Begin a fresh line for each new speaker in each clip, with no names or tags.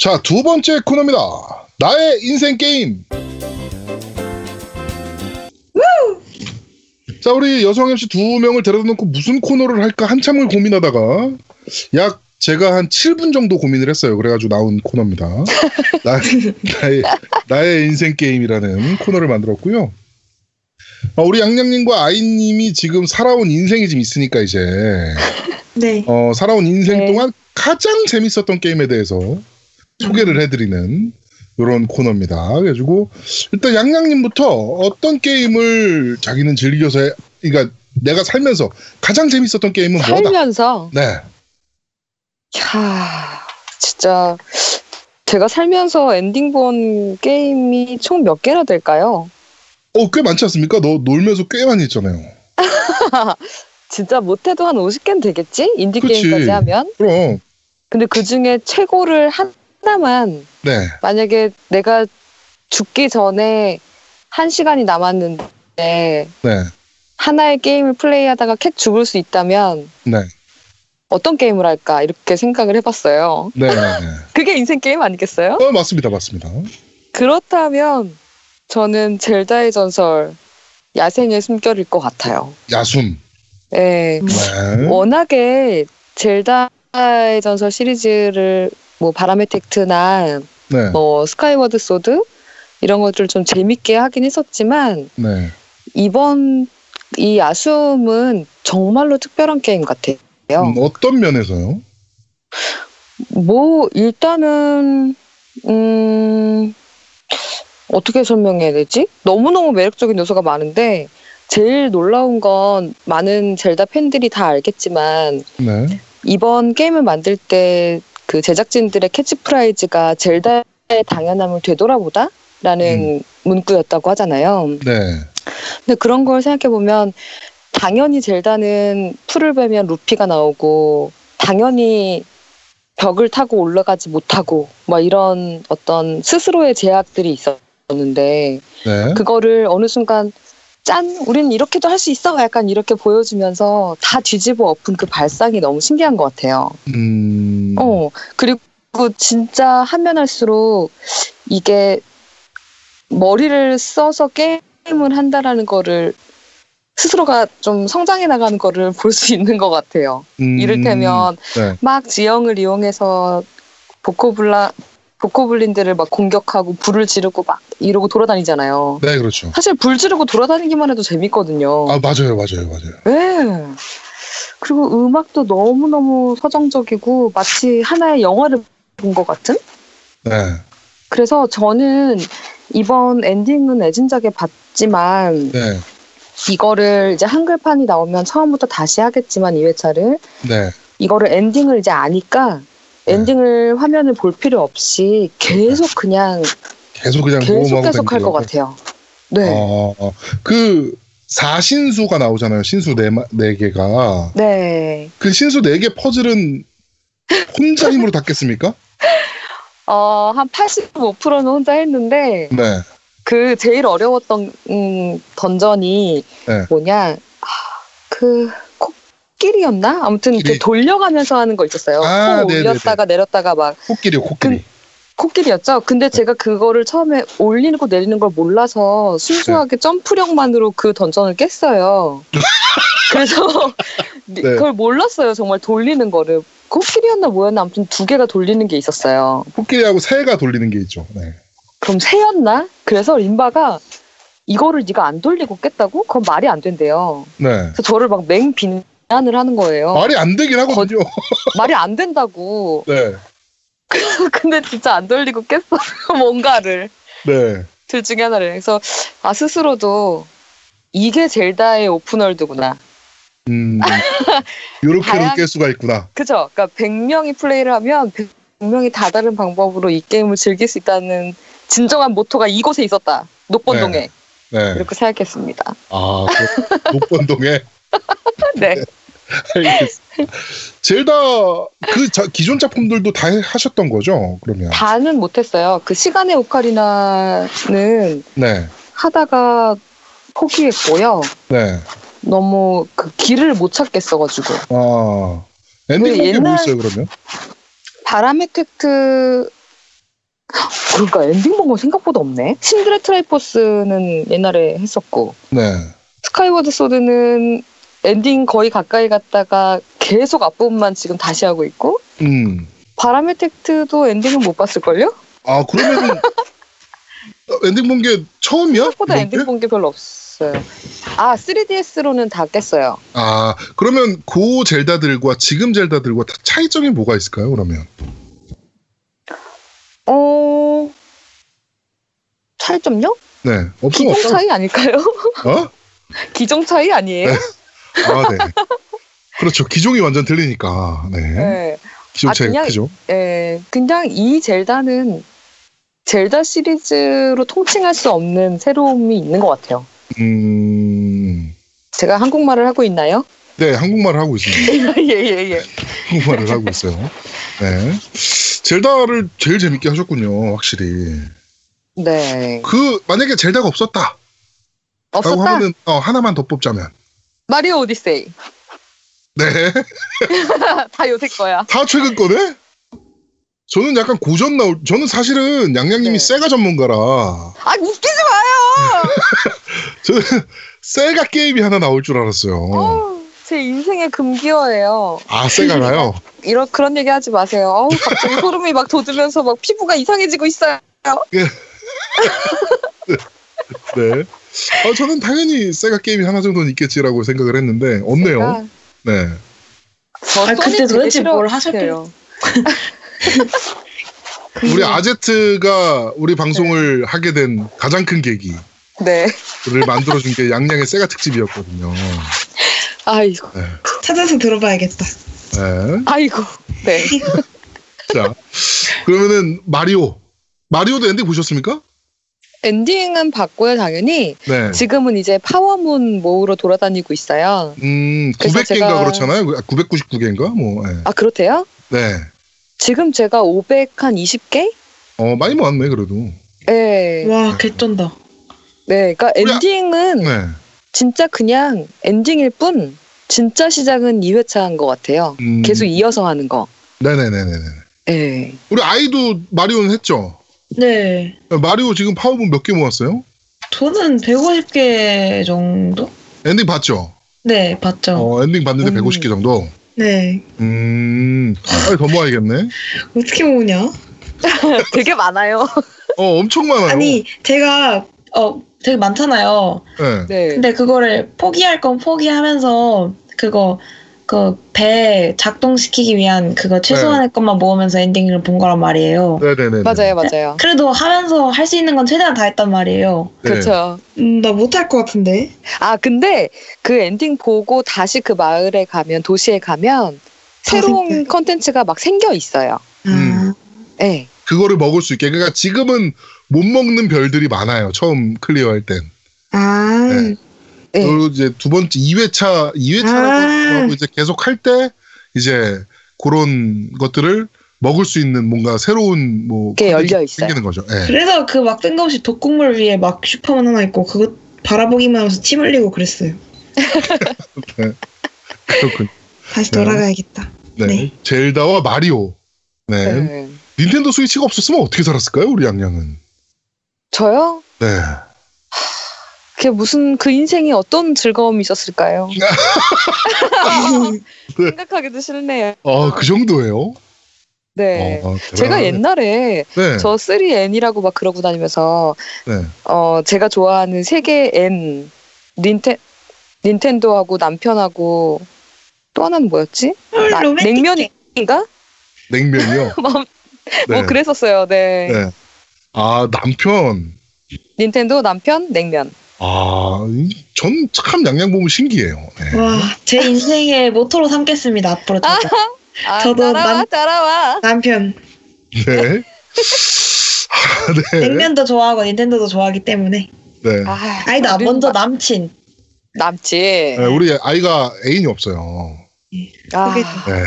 자, 두 번째 코너입니다. 나의 인생 게임. 자, 우리 여성 MC 두 명을 데려다 놓고 무슨 코너를 할까 한참을 고민하다가 약 제가 한 7분 정도 고민을 했어요. 그래가지고 나온 코너입니다. 나, 나의, 나의 인생 게임이라는 코너를 만들었고요. 어, 우리 양양님과 아이님이 지금 살아온 인생이 좀 있으니까 이제
네.
어, 살아온 인생
네.
동안 가장 재밌었던 게임에 대해서 소개를 해드리는 이런 코너입니다. 그래가지고 일단 양양님부터 어떤 게임을 자기는 즐겨서 해, 그러니까 내가 살면서 가장 재밌었던 게임은 뭐다?
살면서
네,
야, 진짜 제가 살면서 엔딩 본 게임이 총 몇 개나 될까요?
어, 꽤 많지 않습니까? 너 놀면서 꽤 많이 했잖아요.
진짜 못해도 한 50개는 되겠지? 인디
그치.
게임까지 하면.
그럼
근데 그 중에 최고를 하나만
네,
만약에 내가 죽기 전에 한 시간이 남았는데
네,
하나의 게임을 플레이하다가 캣 죽을 수 있다면
네,
어떤 게임을 할까 이렇게 생각을 해봤어요.
네, 네.
그게 인생 게임 아니겠어요?
어, 맞습니다, 맞습니다.
그렇다면 저는 젤다의 전설 야생의 숨결일 것 같아요.
야숨.
예.
음?
네.
워낙에 젤다의 전설 시리즈를 뭐 바람의 텍트나
네,
뭐 스카이워드 소드 이런 것들 좀 재밌게 하긴 했었지만
네.
이번 이 아숨은 정말로 특별한 게임 같아요.
음, 어떤 면에서요?
뭐 일단은 음 어떻게 설명해야 되지? 너무너무 매력적인 요소가 많은데 제일 놀라운 건 많은 젤다 팬들이 다 알겠지만
네,
이번 게임을 만들 때 그 제작진들의 캐치프라이즈가 젤다의 당연함을 되돌아보다라는 문구였다고 하잖아요.
네,
근데 그런 걸 생각해 보면 당연히 젤다는 풀을 베면 루피가 나오고 당연히 벽을 타고 올라가지 못하고 막 이런 어떤 스스로의 제약들이 있었는데
네.
그거를 어느 순간 짠 우린 이렇게도 할 수 있어 약간 이렇게 보여주면서 다 뒤집어 엎은 그 발상이 너무 신기한 것 같아요.
음,
그- 어 그리고 진짜 하면 할수록 이게 머리를 써서 게임을 한다라는 거를 스스로가 좀 성장해 나가는 거를 볼 수 있는 것 같아요.
음,
이를테면
네.
막 지형을 이용해서 보코블라 보코블린들을 막 공격하고 불을 지르고 막 이러고 돌아다니잖아요.
네, 그렇죠.
사실 불 지르고 돌아다니기만 해도 재밌거든요.
아, 맞아요, 맞아요, 맞아요.
네. 그리고 음악도 너무너무 서정적이고 마치 하나의 영화를 본 것 같은?
네,
그래서 저는 이번 엔딩은 애진작에 봤지만
네,
이거를 이제 한글판이 나오면 처음부터 다시 하겠지만 2회차를
네.
이거를 엔딩을 이제 아니까
네.
엔딩을 화면을 볼 필요 없이 계속 그냥
계속 그냥
계속
모험하고
계속 할
다니고.
것 같아요. 네.
어, 어. 그 사신수가 나오잖아요. 신수 네, 마- 네 개가.
네.
그 신수 네 개 퍼즐은 혼자 힘으로 닿겠습니까?
어, 한 85%는 혼자 했는데
네.
그 제일 어려웠던 음, 던전이
네.
뭐냐 아, 그 코끼리였나 아무튼
코끼리.
이렇게 돌려가면서 하는 거 있었어요.
아,
코
네네네.
올렸다가 내렸다가 막
코끼리요, 코끼리.
코끼리였죠.
네.
근데 제가 그거를 처음에 올리고 내리는 걸 몰라서
네.
순수하게 점프력만으로 그 던전을 깼어요. 그래서
네.
그걸 몰랐어요. 정말 돌리는 거를 코끼리였나 뭐였나 아무튼 두 개가 돌리는 게 있었어요.
코끼리하고 새가 돌리는 게 있죠. 네.
그럼 새였나? 그래서 림바가 이거를 네가 안 돌리고 깼다고? 그건 말이 안 된대요.
네.
그래서 저를 막 맹비난을 하는 거예요.
말이 안 되긴 하거든요.
말이 안 된다고.
네.
근데 진짜 안 돌리고 깼어요. 뭔가를.
네.
둘 중에 하나를. 그래서 아 스스로도 이게 젤다의 오픈월드구나.
음. 요렇게로
다양-
깰 수가 있구나.
그죠? 그러니까 100명이 플레이를 하면 100명이 다 다른 방법으로 이 게임을 즐길 수 있다는 진정한 모토가 이곳에 있었다. 녹번동에.
네.
이렇게 생각했습니다.
아, 그 목번동에.
네.
알겠습니다. 젤다 그 자- 기존 작품들도 다 하셨던 거죠? 그러면.
다는 못했어요. 그 시간의 오카리나는
네.
하다가 포기했고요.
네.
너무 그 길을 못 찾겠어가지고
아 엔딩 공개 뭐
왜그 옛날-
있어요 그러면?
바람의 텍트 그러니까 엔딩 본건 생각보다 없네. 신드레 트라이포스는 옛날에 했었고
네.
스카이워드 소드는 엔딩 거의 가까이 갔다가 계속 앞부분만 지금 다시 하고 있고
음.
바람의 택트도 엔딩은 못 봤을걸요?
아 그러면은 어, 엔딩 본 게 처음이야?
생각보다
이번
엔딩
게?
본 게 별로 없어요. 아 3DS로는 다 깼어요.
아 그러면 고 젤다들과 지금 젤다들과 다 차이점이 뭐가 있을까요? 그러면
어 차이점요?
네 없으면
기종
없다.
차이 아닐까요?
어?
기종 차이 아니에요?
네. 아 네. 그렇죠. 기종이 완전 들리니까. 네.
네.
기종
아,
차이
그냥-
크죠.
예, 그냥 이 젤다는 젤다 시리즈로 통칭할 수 없는 새로움이 있는 것 같아요.
음.
제가 한국말을 하고 있나요?
네 한국말을 하고 있습니다.
예, 예, 예.
한국말을 하고 있어요. 네. 젤다를 제일 재밌게 하셨군요. 확실히.
네.
그 만약에 젤다가 없었다. 라고
없었다?
하면은 어, 하나만 더 뽑자면.
마리오 오디세이.
네.
다 요새 거야.
다 최근 거네? 저는 약간 고전 나올, 저는 사실은 양양님이
네.
세가 전문가라,
아, 웃기지 마요!
저는 세가 게임이 하나 나올 줄 알았어요.
어우, 제 인생의 금기어예요.
아, 세가가요?
이런, 그런 얘기 하지 마세요. 어우, 갑자기 소름이 막 돋으면서 막 피부가 이상해지고 있어요.
네. 아, 저는 당연히 세가 게임이 하나 정도는 있겠지라고 생각을 했는데, 없네요.
그러니까
네.
저
아, 그때
소니 되게
도대체 뭘
싫어해요.
하셨길래.
우리 아제트가 우리 방송을 하게 된 가장 큰 계기를
네.
만들어준 게 양양의 세가 특집이었거든요.
아이고.
찾아서 들어봐야겠다.
네.
아이고. 네.
자. 그러면은, 마리오. 마리오도 엔딩 보셨습니까?
엔딩은 봤고요, 당연히.
네.
지금은 이제 파워문 모으러 돌아다니고 있어요.
음,
그래서
900개인가
제가-
그렇잖아요. 999개인가? 뭐, 예.
아, 그렇대요?
네.
지금 제가 500 한 20개?
어, 많이 모았네, 그래도.
네.
와, 개쩐다.
네. 그러니까
우리 아-
엔딩은
네.
진짜 그냥 엔딩일 뿐, 진짜 시작은 2회차인 것 같아요.
음,
계속 이어서 하는 거.
네네네네.
네.
우리 아이도 마리오는 했죠?
네.
마리오 지금 파워본 몇 개 모았어요?
저는 150개 정도?
엔딩 봤죠?
네, 봤죠.
어, 엔딩 봤는데
음.
150개 정도?
네.
음, 빨리 더 모아야겠네.
어떻게 모으냐?
되게 많아요.
어, 엄청 많아요.
아니, 제가, 어, 되게 많잖아요.
네.
네.
근데 그거를 포기할 건 포기하면서, 그거, 그 배 작동시키기 위한 그거 최소한의 것만 모으면서 엔딩을 본 거란 말이에요.
네. 네네네.
맞아요, 맞아요.
그래도 하면서 할 수 있는 건 최대한 다 했단 말이에요.
네.
그렇죠.
음, 나 못할 것 같은데.
아, 근데 그 엔딩 보고 다시 그 마을에 가면, 도시에 가면,
아,
새로운
생겨요.
컨텐츠가 막 생겨 있어요.
아.
음.
네.
그거를 먹을 수 있게. 그러니까 지금은 못 먹는 별들이 많아요. 처음 클리어할 땐.
아.
네.
네. 아.
그리고 이제 두 번째 2회차 2회차라고 하고 이제 계속 할 때 이제 그런 것들을 먹을 수 있는 뭔가 새로운 뭐
그게 열려
컨텐츠가
있어요.
생기는 거죠. 예.
그래서 그 막 뜬금없이 독국물 위에 막 슈퍼맨 하나 있고 그거 바라보기만 하면서 침 흘리고 그랬어요.
그렇군.
다시
네.
돌아가야겠다.
네.
네.
젤다와 마리오. 네.
네.
닌텐도 스위치가 없었으면 어떻게 살았을까요, 우리 양양은?
저요?
네.
그게 무슨 그 인생이 어떤 즐거움이 있었을까요? 아,
네.
생각하기도 싫네요.
아, 그 정도예요?
네.
어,
제가
대단하네.
옛날에
네.
저 3N이라고 막 그러고 다니면서
네.
어 제가 좋아하는 세계 N 닌텐 닌텐도하고 남편하고 또 하나는 뭐였지? 나-
로맨틱해.
냉면인가?
냉면이요.
뭐,
네.
뭐 그랬었어요. 네.
네. 아, 남편.
닌텐도 남편 냉면.
아, 전 참 양양 보면 신기해요. 네.
와, 제 인생의 모토로 삼겠습니다. 앞으로
아,
저도.
아,
저도
따라와
남-
따라와.
남편
네. 아, 네.
냉면도 좋아하고 닌텐도도 좋아하기 때문에
네.
아,
아니 나
우리는
먼저
마-
남친
남지.
네, 우리 아이가 애인이 없어요.
아,
그게-
네.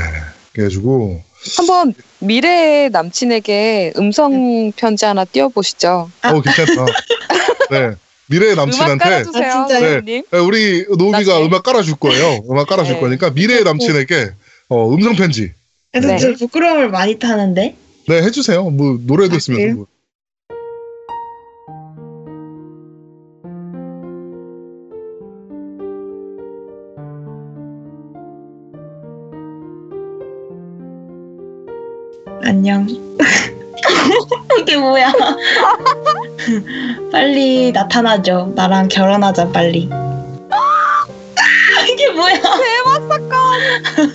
그래가지고
한번 미래의 남친에게 음성 편지 하나 띄워보시죠.
어 괜찮다. 네. 미래의
음악
남친한테
깔아주세요,
아, 진짜요?
선생님.
네, 우리 노비가
나중에.
음악 깔아줄 거예요. 음악 깔아줄
네.
거니까 미래의 남친에게 어, 음성 편지.
그래서
네.
좀 부끄러움을 많이 타는데
네, 해주세요. 뭐,
아,
노래도
네.
있으면서. 뭐.
안녕. 이게 뭐야? 빨리 나타나죠. 나랑 결혼하자 빨리. 이게 뭐야?
대박 사건.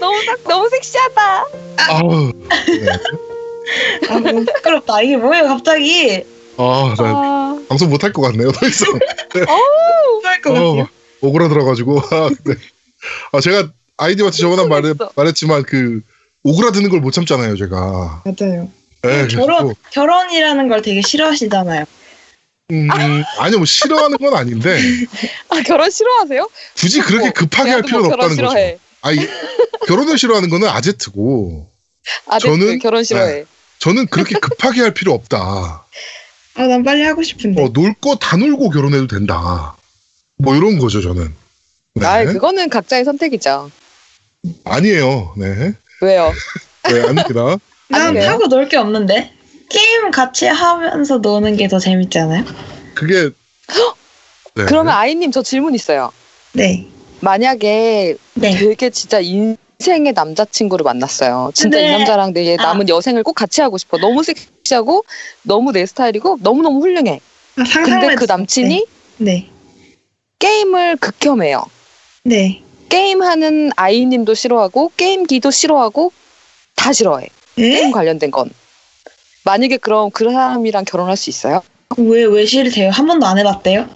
너무 딱 너무 섹시하다.
아우. 네.
아, 너무 부끄럽다. 이게 뭐예요 갑자기?
아, 나
아,
방송 못할 것 같네요. 더 이상.
할것 같아요.
어, 오그라들어가지고. 아, 네. 아, 제가 아이디한테 저번에 말해,
미치겠어.
말했지만 그 오그라드는 걸 못 참잖아요, 제가.
맞아요.
네,
결혼
그래서,
결혼이라는 걸 되게 싫어하시잖아요.
음, 아니요, 뭐 싫어하는 건 아닌데
아, 결혼 싫어하세요?
굳이 그렇게
어,
급하게 할
대한민국
필요는
결혼
없다는 거죠.
싫어해.
아니 결혼을 싫어하는 거는 아제트고
아, 저는
저는- 네.
결혼 싫어해.
저는 그렇게 급하게 할 필요 없다.
아, 난 빨리 하고 싶은데.
어, 놀 거 다 놀고 결혼해도 된다. 뭐 이런 거죠, 저는. 네.
아, 그거는 각자의 선택이죠.
아니에요. 네.
왜요?
네, 아닙니다.
난
아니래요?
하고 놀 게 없는데. 게임 같이 하면서 노는 게 더 재밌지 않아요?
그게 네.
그러면 아이님 저 질문 있어요.
네.
만약에
네.
되게 진짜 인생의 남자친구를 만났어요. 진짜
근데-
이 남자랑 내
아.
남은 여생을 꼭 같이 하고 싶어. 너무 섹시하고 너무 내 스타일이고 너무 너무 훌륭해.
아, 상상만
근데 그
해도-
남친이
네.
게임을 극혐해요.
네.
게임하는 아이님도 싫어하고 게임기도 싫어하고 다 싫어해.
에?
게임 관련된 건. 만약에 그럼 그 사람이랑 결혼할 수 있어요?
아, 왜, 왜 싫대요? 한 번도 안 해봤대요?
네.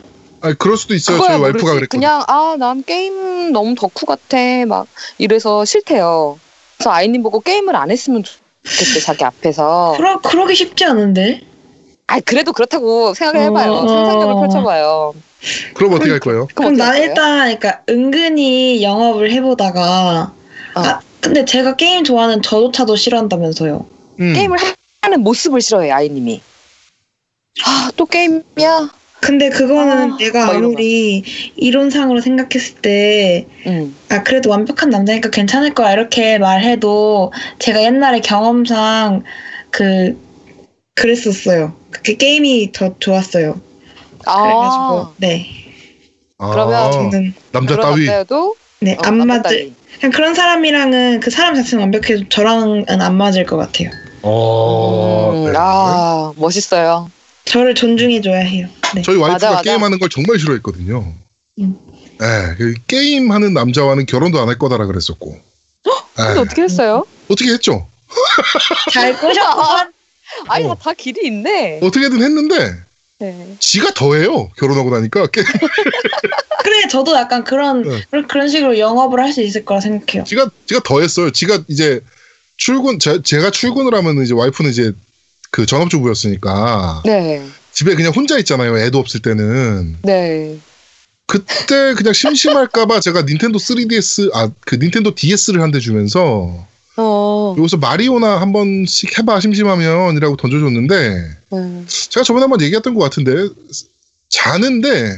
아니, 그럴 수도 있어요.
그거야
저희 와이프가
모르지.
그랬거든요.
그냥 아 난 게임 너무 덕후 같아 막 이래서 싫대요. 그래서 아이님 보고 게임을 안 했으면 좋겠대 자기 앞에서.
그러, 그러기 쉽지 않은데?
아 그래도 그렇다고 생각을
어.
해봐요. 상상력을 펼쳐봐요.
그럼 어떻게 할 거예요?
그럼
그럼
나
어떻게 할까요?
일단, 그러니까 은근히 영업을 해보다가.
어.
아, 근데 제가 게임 좋아하는 저조차도 싫어한다면서요.
음.
게임을 하는 모습을 싫어해 아이님이. 아 또 게임이야.
근데 그거는
아,
내가
막 이런
아무리 이론상으로 생각했을 때,
응.
아, 그래도 완벽한 남자니까 괜찮을 거야. 이렇게 말해도 제가 옛날에 경험상 그, 그랬었어요. 그게 게임이 더 좋았어요.
아
그래가지고, 네.
아,
그러면
저는,
남자 따위.
그러다가도
네,
어,
안
남자
맞을,
따위.
그냥 그런 사람이랑은 그 사람 자체는 완벽해도 저랑은 안 맞을 것 같아요.
어,
음,
네.
아 멋있어요.
저를 존중해줘야 해요. 네.
저희 와이프가
맞아, 맞아.
게임하는 걸 정말 싫어했거든요.
음.
네, 그 게임하는 남자와는 결혼도 안 할 거다라 그랬었고.
근데
네,
어떻게 했어요?
어떻게 했죠?
잘 꼬셨구만.
아, 아니
어.
다 길이 있네.
어떻게든 했는데
네.
지가 더해요. 결혼하고 나니까 게,
그래, 저도 약간 그런,
네.
그런- 그런 식으로 영업을 할 수 있을 거라 생각해요.
지가 지가 더했어요. 지가 이제 출근 제, 제가 출근을 하면 이제 와이프는 이제 그 전업주부였으니까
네.
집에 그냥 혼자 있잖아요. 애도 없을 때는
네.
그때 그냥 심심할까봐 제가 닌텐도 3DS 아 그 닌텐도 DS를 한 대 주면서
어.
여기서 마리오나 한 번씩 해봐 심심하면이라고 던져줬는데
음.
제가 저번에 한번 얘기했던 것 같은데 자는데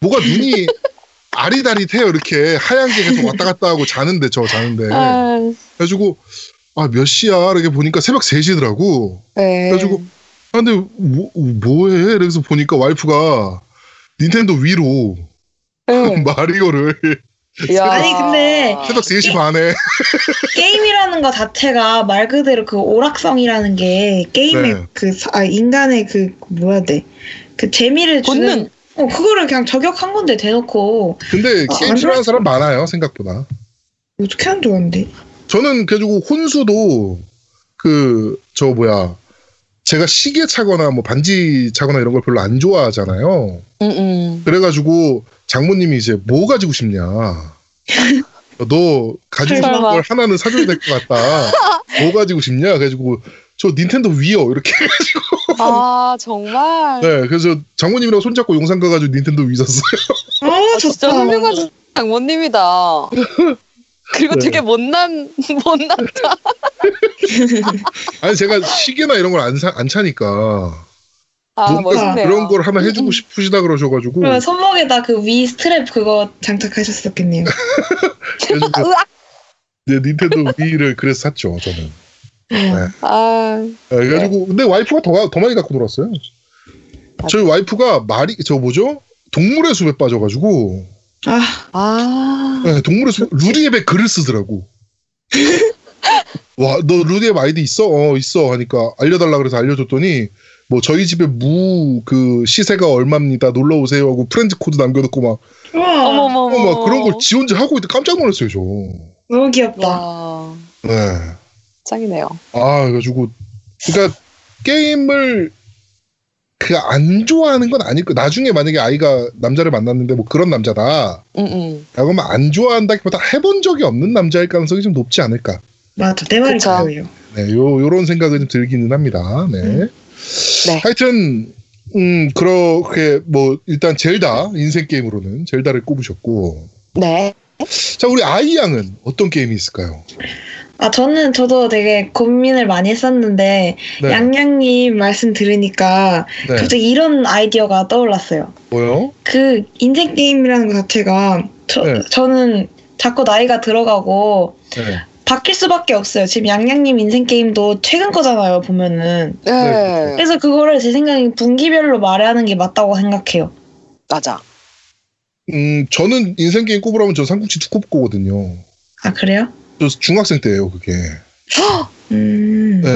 뭐가 눈이 아리다릿해요 이렇게 하얀 게 계속 왔다 갔다 하고 자는데 저 자는데
아,
그래가지고 아 몇 시야 이렇게 보니까 새벽 3시더라고
네.
그래가지고 아, 근데 뭐, 뭐해 이러면서 보니까 와이프가 닌텐도 위로
네.
마리오를
야.
아니, 근데
새벽 3시 반에
게임이라는 것 자체가 말 그대로 그 오락성이라는 게 게임의
네.
그, 사- 아, 인간의 그, 뭐야 돼. 그 재미를 주는.
본능.
어, 그거를 그냥 저격한 건데 대놓고.
근데
아,
게임 싫어하는 사람 많아요 생각보다
어떻게 안 좋은데?
저는 그래가지고 혼수도 그 저 뭐야 제가 시계 차거나 뭐 반지 차거나 이런 걸 별로 안 좋아하잖아요.
음, 음.
그래가지고 장모님이 이제 뭐 가지고 싶냐. 너 가지고 싶은
설마.
걸 하나는 사줘야 될 것 같다. 뭐 가지고 싶냐. 그래가지고 저 닌텐도 위요 이렇게.
아 정말.
네, 그래서 장모님이랑 손잡고 용산 가가지고 닌텐도 위 샀어요.
어,
아, 진짜
좋다.
훌륭한 장모님이다. 그리고
네.
되게 못난 못난.
아니 제가 시계나 이런 걸 안 안 차니까
아
뭔가
멋있네요.
뭐 그런 걸 하나 해주고
음. 아,
싶으시다 그러셔가지고
그러면 손목에다 그 위 스트랩 그거 장착하셨었겠네요.
그래가지고
아, 으악.
네, 닌텐도 위를 그래서 샀죠, 저는.
아,
네, 그래가지고 근데 와이프가 더, 더 많이 갖고 놀았어요.
아.
저희 와이프가 말이 저 뭐죠? 동물의 숲에 빠져가지고
아,
아.
네, 동물의 숲 루디앱에 글을 쓰더라고. 와 너 루디앱 아이디 있어? 어 있어 하니까 알려달라 그래서 알려줬더니 뭐 저희 집에 무 그 시세가 얼마입니다 놀러 오세요 하고 프렌즈 코드 남겨놓고 막
우와.
어,
어머머머.
막 그런 걸 지 혼자 하고 있다 깜짝 놀랐어요 저.
너무 귀엽다.
와,
네.
짱이네요.
아 그래가지고 그러니까 게임을 그 안 좋아하는 건 아닐 거. 나중에 만약에 아이가 남자를 만났는데 뭐 그런 남자다.
음, 음.
라고 하면 안 좋아한다기보다 해본 적이 없는 남자일 가능성이 좀 높지 않을까.
맞아, 내 말이
그쵸.
그거예요.
네, 요, 요런 생각이 좀 들기는 합니다. 네.
음.
네.
하여튼, 음, 그렇게, 뭐, 일단 젤다, 인생게임으로는 젤다를 꼽으셨고.
네.
자, 우리 아이양은 어떤 게임이 있을까요?
아, 저는 저도 되게 고민을 많이 했었는데
네.
양양님 그 말씀 들으니까
네.
갑자기 이런 아이디어가 떠올랐어요.
뭐요?
그 인생 게임이라는 것 자체가 저,
네.
저는 자꾸 나이가 들어가고
네.
바뀔 수밖에 없어요. 지금 양양님 인생 게임도 최근 거잖아요, 보면은.
네.
네.
그래서 그거를 제 생각에 분기별로 말하는 게 맞다고 생각해요.
맞아.
음, 저는 인생게임 꼽으라면 저 삼국지 투 꼽거든요.
아, 그래요?
저 중학생 때예요 그게.
음.
네.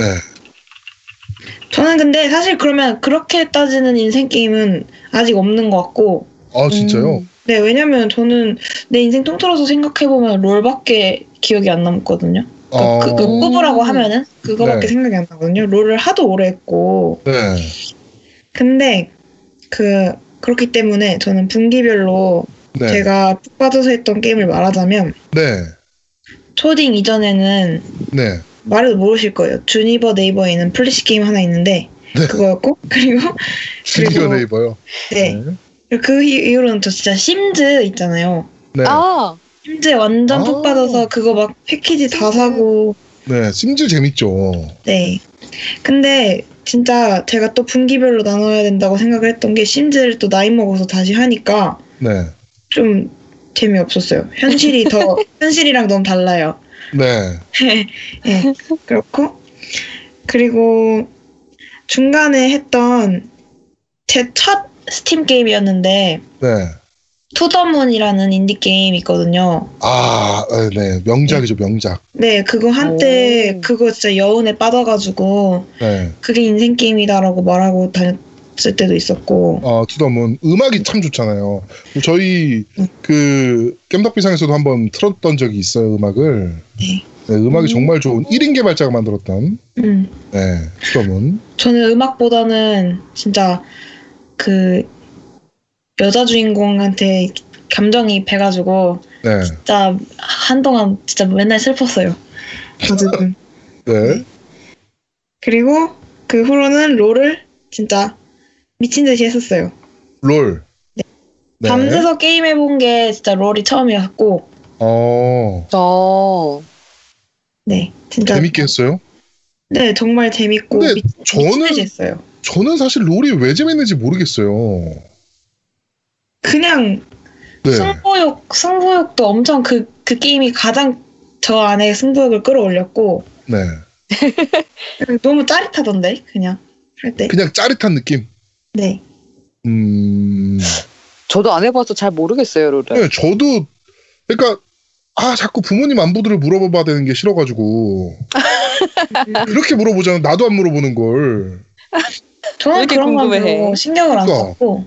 저는 근데 사실 그러면 그렇게 따지는 인생 게임은 아직 없는 것 같고,
아, 진짜요?
음.
네, 왜냐면 저는 내 인생 통틀어서 생각해보면 롤밖에 기억이 안 남거든요.
아,
그, 그 꼽으라고 하면은 그거밖에
네.
생각이 안 나거든요. 롤을 하도 오래 했고.
네.
근데 그, 그렇기 때문에 저는 분기별로
네.
제가 푹 빠져서 했던 게임을 말하자면,
네.
초딩 이전에는
네.
말해도 모르실 거예요. 주니버 네이버에 있는 플래시 게임 하나 있는데,
네.
그거였고, 그리고,
심지어 네이버요.
네. 그 이- 이후로는 저 진짜 심즈 있잖아요.
네.
아,
심즈 완전
아.
푹 빠져서 그거 막 패키지 다
심즈.
사고.
네, 심즈 재밌죠.
네. 근데 진짜 제가 또 분기별로 나눠야 된다고 생각을 했던 게 심즈를 또 나이 먹어서 다시 하니까
네,
좀 재미없었어요. 현실이 더 현실이랑 너무 달라요.
네,
네, 그렇고 그리고 중간에 했던 제 첫 스팀 게임이었는데
네.
투더문이라는 인디 게임 있거든요.
아, 네, 네, 명작이죠, 명작.
네, 그거 한때
오.
그거 진짜 여운에 빠져가지고
네.
그게 인생 게임이다라고 말하고 다녔을 때도 있었고
아, 투덤은 음악이 참 좋잖아요. 저희
음.
그 겜덕비상에서도 한번 틀었던 적이 있어요, 음악을.
네.
네, 음악이
음.
정말 좋은 1인 개발자가 만들었던
음,
네, 투덤은.
저는 음악보다는 진짜 그 여자 주인공한테 감정이 배가지고
네,
진짜 한동안 진짜 맨날 슬펐어요. 어쨌든
네.
그리고 그 후로는 롤을 진짜 미친 듯이 했었어요.
롤. 네.
밤새서 게임 해본 게 진짜 롤이 처음이었고
어,
저.
네 진짜
재밌게 했어요.
네 정말 재밌고
근데
미,
저는-
친듯이 했어요.
저는 사실 롤이 왜 재밌는지 모르겠어요.
그냥
네.
승부욕 승부욕도 엄청 그 그 게임이 가장 저 안에 승부욕을 끌어올렸고
네.
너무 짜릿하던데 그냥 할 때.
그냥 짜릿한 느낌.
네.
음.
저도 안 해봐서 잘 모르겠어요, 롤을.
네, 저도 그러니까 아 자꾸 부모님 안부들을 물어봐야 되는 게 싫어가지고 그렇게 물어보자면 나도 안 물어보는 걸.
왜
저는
이렇게
그런 건
궁금해해?
별로 신경을 안
그러니까.
썼고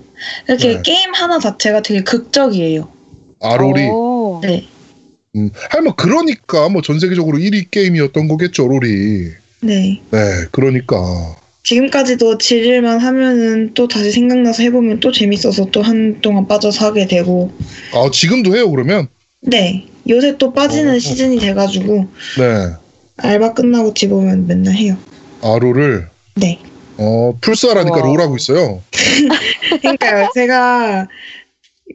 이렇게
네.
게임 하나 자체가 되게 극적이에요.
아롤이
오.
네.
음, 아니 뭐 그러니까 뭐 전 세계적으로 1위 게임이었던 거겠죠 롤이.
네.
네, 그러니까
지금까지도 지릴만 하면은 또 다시 생각나서 해보면 또 재밌어서 또 한동안 빠져서 하게 되고
아 지금도 해요 그러면.
네 요새 또 빠지는
어.
시즌이 돼가지고
네,
알바 끝나고 집 오면 맨날 해요
아롤을
네
어 풀스하라니까
우와.
롤하고 있어요.
그러니까요. 제가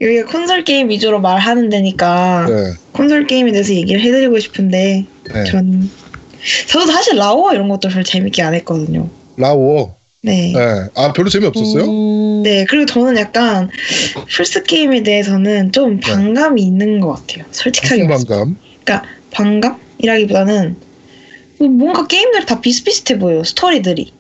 여기가 콘솔 게임 위주로 말하는
아,
데니까
네,
콘솔 게임에 대해서 얘기를 해드리고 싶은데
네.
그렇죠.
전 저도 사실 라오어 이런 것도 별 재밌게 안 했거든요.
라오.
네. 네.
네, 아 별로 재미 없었어요? 네.
음.
그리고 저는 약간
어.
플스 게임에 대해서는 좀 반감이 있는 것 같아요. 솔직하게
네. 무슨
말씀.
반감?
반감이라기보다는 뭐 뭔가 게임들 다 비슷비슷해 보여요. 스토리들이.
음.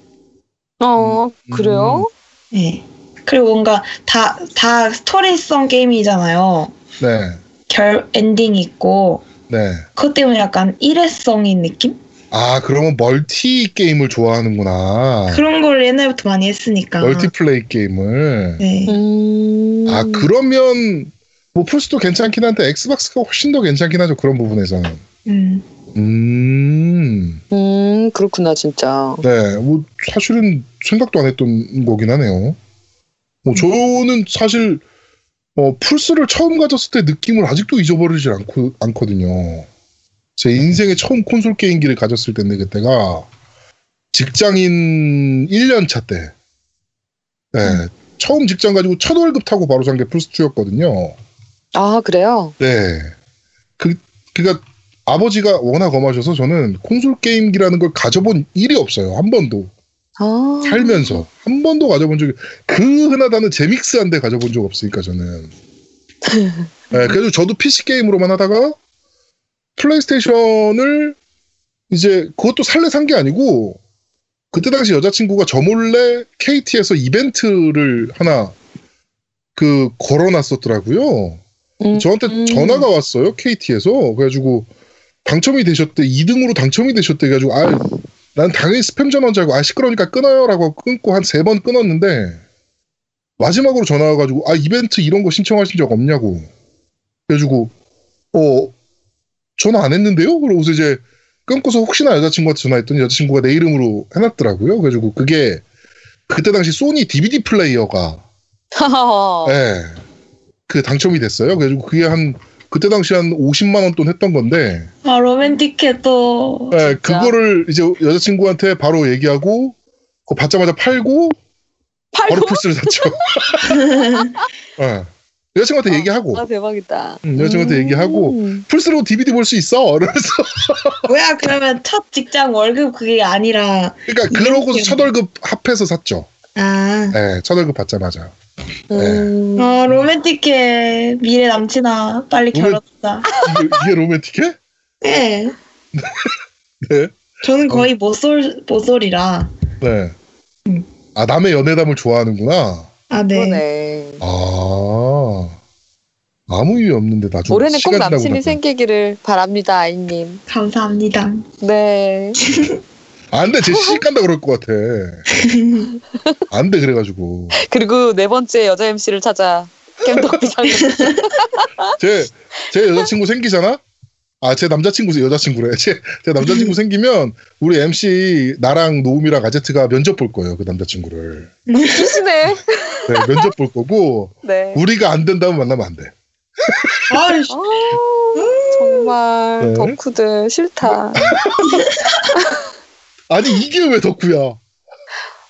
어, 그래요?
예. 그리고 뭔가 다, 다 스토리성 게임이잖아요.
네.
결, 엔딩이 있고.
네.
그것 때문에 약간 일회성인 느낌?
아, 그러면 멀티 게임을 좋아하는구나.
그런 걸 옛날부터 많이 했으니까.
네. 멀티플레이 게임을.
네.
음.
아, 그러면 뭐 플스도 괜찮긴 한데 엑스박스가 훨씬 더 괜찮긴 하죠. 그런 부분에서는.
음.
음.
음, 그렇구나, 진짜.
네. 뭐 사실은 생각도 안 했던 거긴 하네요. 뭐 저는 사실 어, 플스를 처음 가졌을 때 느낌을 아직도 잊어버리지 않고 않거든요. 제 인생의 처음 콘솔 게임기를 가졌을 때인데 그때가 직장인 1년차 때. 네. 처음 직장 가지고 첫 월급 타고 바로 산 게 플스2였거든요.
아, 그래요?
네. 그, 그니까 아버지가 워낙 엄하셔서 저는 콘솔 게임기라는 걸 가져본 일이 없어요. 한 번도.
아.
살면서. 한 번도 가져본 적이, 그 흔하다는 제믹스한데 가져본 적 없으니까 저는. 네, 그래서 저도 PC게임으로만 하다가 플레이스테이션을 이제 그것도 살래 산 게 아니고 그때 당시 여자친구가 저 몰래 KT에서 이벤트를 하나 그 걸어놨었더라고요.
음,
저한테
음.
전화가 왔어요 KT에서 그래가지고 당첨이 되셨대 2등으로 당첨이 되셨대 그래가지고 아 난 당연히 스팸 전화인 줄 알고 아 시끄러우니까 끊어요라고 끊고 한 세 번 끊었는데 마지막으로 전화 와가지고 아 이벤트 이런 거 신청하신 적 없냐고 그래가지고 어 전화 안 했는데요 그러고서 이제 끊고서 혹시나 여자친구한테 전화했더니 여자친구가 내 이름으로 해놨더라고요 그래가지고 그게 그때 당시 소니 DVD 플레이어가 예. 그 당첨이 됐어요. 그래가지고 그게 한 그때 당시 한 50만 원 돈 했던 건데,
아, 로맨틱해 또.
예, 그거를 이제 여자친구한테 바로 얘기하고 그거 받자마자 팔고 바로
팔고?
플스를 샀죠. 예. 여자친구한테 얘기하고
아, 대박이다.
어. 음, 여자친구한테 얘기하고
음.
플스로 DVD 볼 수 있어. 그래서
뭐야, 그러면 첫 직장 월급 그게 아니라.
그러니까 그러고서 첫 월급 합해서 샀죠.
아.
예, 첫 월급 받자마자.
음.
네.
아, 로맨틱해. 미래 남친아, 빨리 결혼하자.
이게, 이게 로맨틱해?
네.
네.
저는 거의 모쏠, 모쏠이라.
네.
음.
아 남의 연애담을 좋아하는구나.
아, 네.
그러네.
아 아무 이유 없는데 나중에
올해는 꼭
시간 지나고
남친이
나면.
생기기를 바랍니다, 아이님.
감사합니다.
네.
아, 안돼 쟤 시집 간다 그럴 것 같아 안돼 그래가지고
그리고 네 번째 여자 MC를 찾아 겜덕 비상님.
제, 제 여자친구 생기잖아 아 제 남자친구 여자친구래 제, 제 남자친구 생기면 우리 MC 나랑 노움이랑 아제트가 면접 볼 거예요 그 남자친구를
주시네.
네, 면접 볼 거고
음, 네.
우리가 안 된다면 만나면 안돼
아이씨.
아, 정말
네.
덕후들 싫다.
아니 이게 왜 덕후야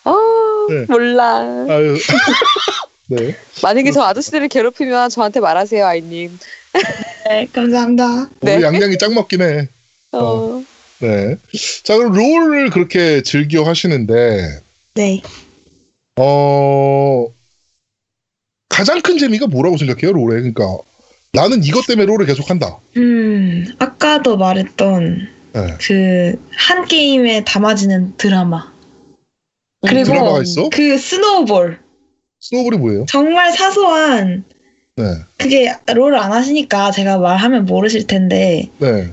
아,
네.
몰라.
아유 네
만약에 저 아저씨들을 괴롭히면 저한테 말하세요, 아이님.
네, 감사합니다.
우리
네.
양양이 짱 맞긴 해
어.
어. 네. 자, 그럼 롤을 그렇게 즐겨 하시는데,
네.
어, 가장 큰 재미가 뭐라고 생각해요, 롤에? 그러니까, 나는 이것 때문에 롤을 계속 한다.
음, 아까도 말했던
네.
그 한 게임에 담아지는 드라마. 그리고
드라마가 있어?
그 스노우볼.
스노볼이 뭐예요?
정말 사소한
네.
그게 롤을 안 하시니까 제가 말하면 모르실 텐데
네.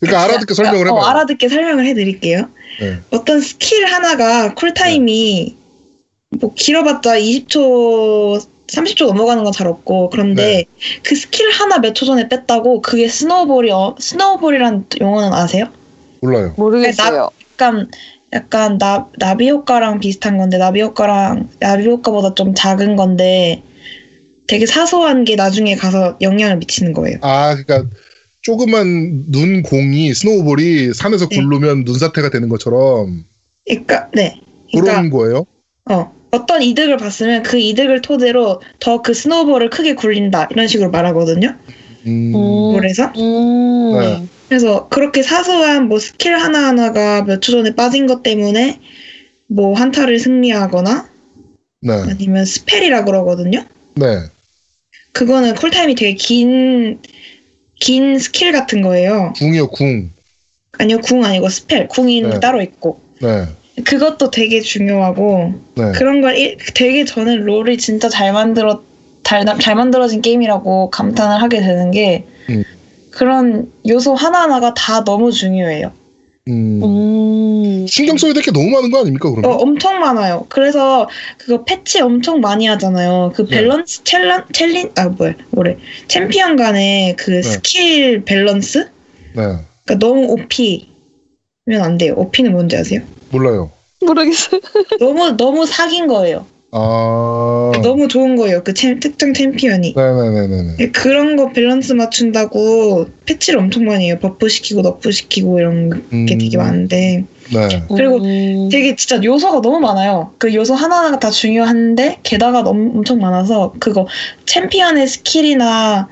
그러니까 알아듣게 설명을
어,
해봐요.
알아듣게 설명을 해드릴게요.
네.
어떤 스킬 하나가 쿨타임이
네.
뭐 길어봤자 20초, 30초 넘어가는 건 잘 없고
네.
그런데 그 스킬 하나 몇 초 전에 뺐다고 그게 스노우볼이 어, 스노우볼이란 용어는 아세요?
몰라요.
모르겠어요.
약간 약간 나, 나비 효과랑 비슷한 건데 나비 효과랑 나비 효과보다 좀 작은 건데 되게 사소한 게 나중에 가서 영향을 미치는 거예요.
아, 그러니까, 조그만 눈 공이, 스노볼이 산에서
네.
굴르면 눈사태가 되는 것처럼,
그러니까 네. 그러니까
그런 거예요?
어, 어떤 이득을 봤으면 그 이득을 토대로 더 그 스노우볼을 크게 굴린다 이런 식으로 말하거든요.
음,
음.
그래서
음.
네.
그래서 그렇게 사소한 뭐 스킬 하나 하나가 몇 초 전에 빠진 것 때문에 뭐 한타를 승리하거나
네.
아니면 스펠이라 그러거든요.
네.
그거는 쿨타임이 되게 긴, 긴 스킬 같은 거예요.
궁이요, 궁.
아니요, 궁 아니고 스펠. 궁이
네.
따로 있고.
네.
그것도 되게 중요하고
네.
그런 걸 일- 되게 저는 롤이 진짜 잘 만들어 잘, 잘 만들어진 게임이라고 감탄을 하게 되는 게
음.
그런 요소 하나하나가 다 너무 중요해요.
음.
음.
신경 써야 될 게 너무 많은 거 아닙니까
어,
그러면?
엄청 많아요. 그래서 그거 패치 엄청 많이 하잖아요. 그
네.
밸런스 챌런 챌린 아 뭐야 뭐래 챔피언 간의 그 스킬 밸런스
네.
그러니까 너무 OP면 안 돼요. OP는 뭔지 아세요?
몰라요.
모르겠어요.
너무 너무 사귄 거예요.
아.
너무 좋은 거예요. 그 챔- 특정 챔피언이.
네네네네.
네, 그런 거 밸런스 맞춘다고 패치를 엄청 많이 해요. 버프 시키고 너프 시키고 이런
음.
게 되게 많은데
네.
그리고
음.
되게 진짜 요소가 너무 많아요. 그 요소 하나하나가 다 중요한데 게다가 너무 엄청 많아서 그거 챔피언의 스킬이나